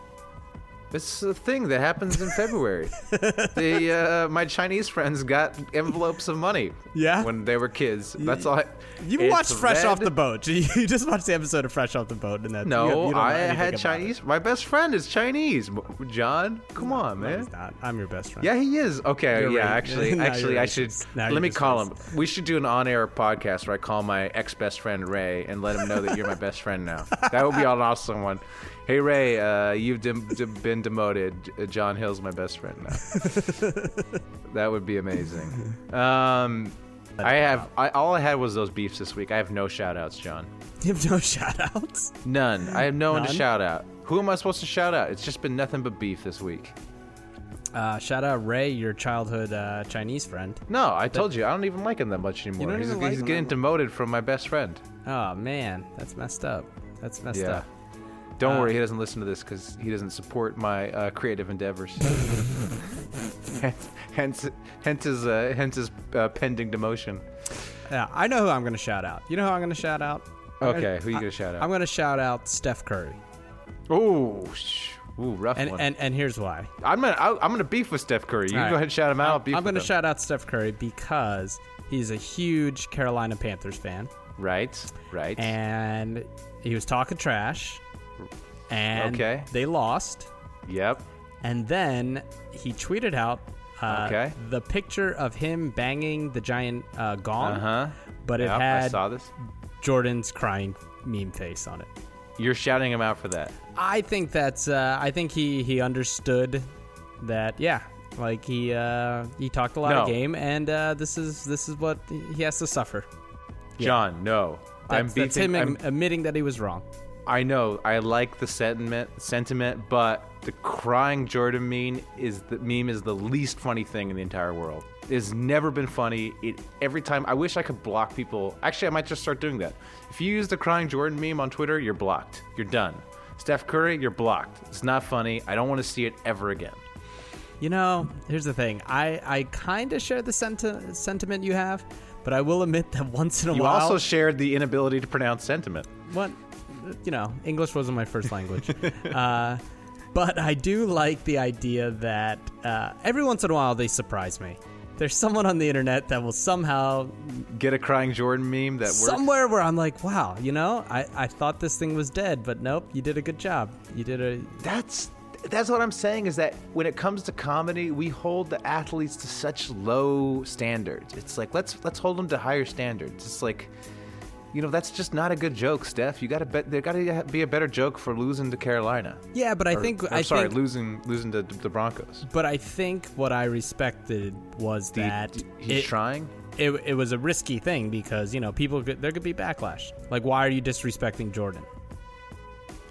Speaker 8: It's a thing that happens in February. the uh, my Chinese friends got envelopes of money.
Speaker 9: Yeah?
Speaker 8: when they were kids. That's all. I,
Speaker 9: You
Speaker 8: It's
Speaker 9: watched Fresh Off
Speaker 8: red.
Speaker 9: the Boat. You just watched the episode of Fresh Off the Boat, and that you- you
Speaker 8: No,
Speaker 9: don't know
Speaker 8: I
Speaker 9: anything
Speaker 8: had
Speaker 9: about
Speaker 8: Chinese. My best friend is Chinese. M- John, come
Speaker 9: it.
Speaker 8: on,
Speaker 9: No,
Speaker 8: man.
Speaker 9: he's not. I'm your best friend.
Speaker 8: Yeah, he is. Okay,
Speaker 9: You're
Speaker 8: yeah,
Speaker 9: right.
Speaker 8: actually,
Speaker 9: Now
Speaker 8: actually,
Speaker 9: you're
Speaker 8: I should.
Speaker 9: racist. Now you're
Speaker 8: let me
Speaker 9: just
Speaker 8: call him. We should do an on-air podcast where I call my ex-best friend Ray and let him know that you're my best friend now. That would be an awesome one. Hey Ray, uh, you've dem- de- been demoted. J- uh, John Hill's my best friend now. that would be amazing. Um, I have. I, all I had was those beefs this week. I have no shout-outs, John.
Speaker 9: You have no shout outs.
Speaker 8: None. I have no one to
Speaker 9: None?
Speaker 8: shout out. Who am I supposed to shout out? It's just been nothing but beef this week.
Speaker 9: Uh, shout out Ray, your childhood uh, Chinese friend.
Speaker 8: No, I told you, I don't even like him that much anymore.
Speaker 9: don't
Speaker 8: he's
Speaker 9: even like
Speaker 8: he's
Speaker 9: him
Speaker 8: getting
Speaker 9: that
Speaker 8: demoted from my best friend.
Speaker 9: Oh man, that's messed up. That's messed
Speaker 8: Yeah.
Speaker 9: up.
Speaker 8: Don't
Speaker 9: Uh,
Speaker 8: worry, he doesn't listen to this because he doesn't support my uh, creative endeavors. hence, hence his, uh, hence his uh, pending demotion.
Speaker 9: Yeah, I know who I'm gonna shout out. You know who I'm gonna shout out? I'm
Speaker 8: Okay,
Speaker 9: gonna-
Speaker 8: who you
Speaker 9: I-
Speaker 8: gonna shout out?
Speaker 9: I'm gonna shout out Steph Curry.
Speaker 8: Ooh, sh- ooh, rough
Speaker 9: And
Speaker 8: one.
Speaker 9: and, and here's why.
Speaker 8: I'm gonna, I, I'm gonna beef with Steph Curry. You
Speaker 9: All
Speaker 8: can
Speaker 9: right.
Speaker 8: go ahead and shout him out. I'll
Speaker 9: I'm,
Speaker 8: beef
Speaker 9: I'm
Speaker 8: with
Speaker 9: gonna
Speaker 8: him.
Speaker 9: shout out Steph Curry because he's a huge Carolina Panthers fan,
Speaker 8: Right, right.
Speaker 9: and he was talking trash, and
Speaker 8: Okay.
Speaker 9: they lost.
Speaker 8: yep.
Speaker 9: And then he tweeted out uh,
Speaker 8: Okay.
Speaker 9: the picture of him banging the giant uh, gong,
Speaker 8: Uh huh.
Speaker 9: but it
Speaker 8: Yep, I
Speaker 9: had
Speaker 8: saw this.
Speaker 9: Jordan's crying meme face on it.
Speaker 8: You're shouting him out for that.
Speaker 9: I think that's. Uh, I think he he understood that. Yeah, like he uh, he talked a lot of
Speaker 8: No.
Speaker 9: game, and uh, this is this is what he has to suffer.
Speaker 8: John, no. I'm
Speaker 9: That's,
Speaker 8: beefing.
Speaker 9: that's him
Speaker 8: I'm-
Speaker 9: admitting that he was wrong.
Speaker 8: I know. I like the sentiment, sentiment, but the crying Jordan meme is the meme is the least funny thing in the entire world. It's never been funny. It every time. I wish I could block people. Actually, I might just start doing that. If you use the crying Jordan meme on Twitter, you're blocked. You're done. Steph Curry, you're blocked. It's not funny. I don't want to see it ever again.
Speaker 9: You know, here's the thing. I I kind of share the senti- sentiment you have, but I will admit that once in a
Speaker 8: You
Speaker 9: while,
Speaker 8: also shared the inability to pronounce sentiment.
Speaker 9: what you know english wasn't my first language uh, but i do like the idea that uh, every once in a while they surprise me there's someone on the internet that will somehow
Speaker 8: Get a crying Jordan meme that works.
Speaker 9: somewhere where i'm like wow you know I, I thought this thing was dead but nope you did a good job you did a
Speaker 8: That's that's what I'm saying is that when it comes to comedy, we hold the athletes to such low standards. It's like let's let's hold them to higher standards. It's like you know that's just not a good joke, Steph. You got to bet there got to be a better joke for losing to Carolina.
Speaker 9: yeah but i
Speaker 8: Or-
Speaker 9: think
Speaker 8: or,
Speaker 9: i
Speaker 8: sorry,
Speaker 9: think
Speaker 8: losing losing to the Broncos.
Speaker 9: but i think what i respected was
Speaker 8: The-
Speaker 9: that
Speaker 8: he's
Speaker 9: it-
Speaker 8: trying.
Speaker 9: it, it was a risky thing because you know people could, there could be backlash like why are you disrespecting jordan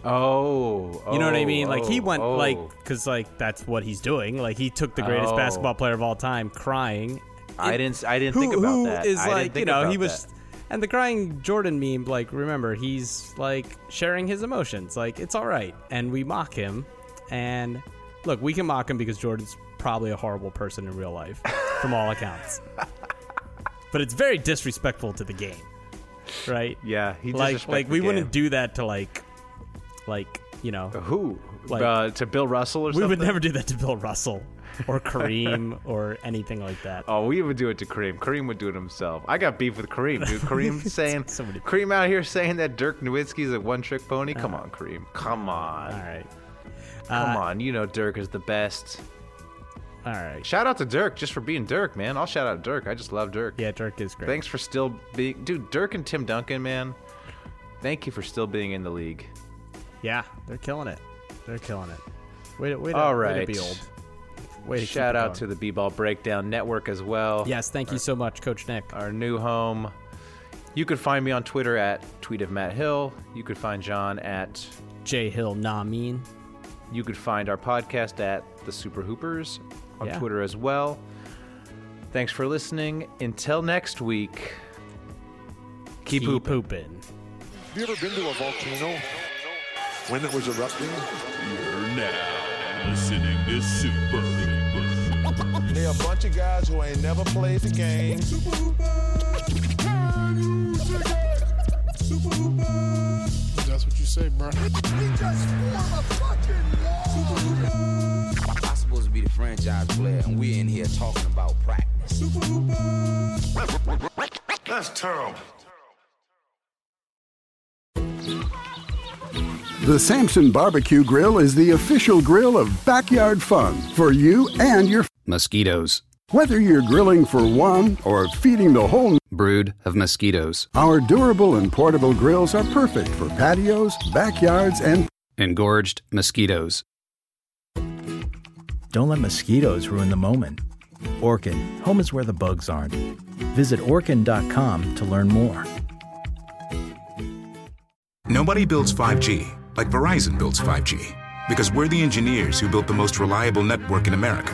Speaker 8: Oh,
Speaker 9: You know what I
Speaker 8: oh,
Speaker 9: mean? Like he
Speaker 8: oh,
Speaker 9: went
Speaker 8: oh.
Speaker 9: like because like that's what he's doing. Like he took the greatest
Speaker 8: Oh.
Speaker 9: basketball player of all time, crying.
Speaker 8: I
Speaker 9: It-
Speaker 8: didn't. I didn't
Speaker 9: who,
Speaker 8: think about
Speaker 9: who
Speaker 8: that.
Speaker 9: is
Speaker 8: I didn't
Speaker 9: like you
Speaker 8: think
Speaker 9: know
Speaker 8: about
Speaker 9: he was,
Speaker 8: that.
Speaker 9: and the crying Jordan meme. Like remember he's like sharing his emotions. Like it's all right, and we mock him. And look, we can mock him because Jordan's probably a horrible person in real life, from all accounts. but it's very disrespectful to the game, right?
Speaker 8: Yeah, he
Speaker 9: like
Speaker 8: disrespected
Speaker 9: like we
Speaker 8: the
Speaker 9: wouldn't
Speaker 8: game.
Speaker 9: do that to like like you know
Speaker 8: who
Speaker 9: like-
Speaker 8: uh, to Bill Russell or
Speaker 9: we
Speaker 8: something.
Speaker 9: would never do that to Bill Russell or Kareem or anything like that.
Speaker 8: Oh, we would do it to Kareem. Kareem would do it himself. I got beef with Kareem, dude. Kareem saying,
Speaker 9: So many-
Speaker 8: Kareem out here saying that Dirk Nowitzki's a one-trick pony.
Speaker 9: Uh,
Speaker 8: Come on, Kareem. Come on,
Speaker 9: All right.
Speaker 8: come on. You know Dirk is the best.
Speaker 9: All right.
Speaker 8: Shout out to Dirk just for being Dirk, man. I'll shout out Dirk. I just love Dirk.
Speaker 9: Yeah, Dirk is great.
Speaker 8: Thanks for still being, dude. Dirk and Tim Duncan, man. Thank you for still being in the league.
Speaker 9: Yeah, they're killing it. They're killing it. Way to, way to,
Speaker 8: All
Speaker 9: way
Speaker 8: right.
Speaker 9: to be old. Way to keep
Speaker 8: Shout
Speaker 9: it
Speaker 8: out
Speaker 9: going.
Speaker 8: to the B-Ball Breakdown Network as well.
Speaker 9: Yes, thank you so much, Coach Nick.
Speaker 8: our new home. You could find me on Twitter at tweet of Matt Hill. You could find John at.
Speaker 9: J Hill, nah mean.
Speaker 8: You could find our podcast at the Super Hoopers on
Speaker 9: Yeah.
Speaker 8: Twitter as well. Thanks for listening. Until next week,
Speaker 9: Keep
Speaker 8: keep, hooping.
Speaker 9: pooping.
Speaker 3: Have you ever been to a volcano when it was erupting?
Speaker 5: You're now listening to Super Hoopers.
Speaker 3: They're a bunch of guys who ain't never played the game.
Speaker 10: That's what you say, bro.
Speaker 7: I'm supposed to be the franchise player, and we're in here talking about practice.
Speaker 4: That's terrible.
Speaker 11: The Samson Barbecue Grill is the official grill of backyard fun for you and your mosquitoes. Whether you're grilling for one or feeding the whole brood of mosquitoes, our durable and portable grills are perfect for patios, backyards, and engorged mosquitoes.
Speaker 10: Don't let mosquitoes ruin the moment. Orkin, home is where the bugs aren't. Visit orkin.com to learn more.
Speaker 5: Nobody builds 5G like Verizon builds 5G because we're the engineers who built the most reliable network in America.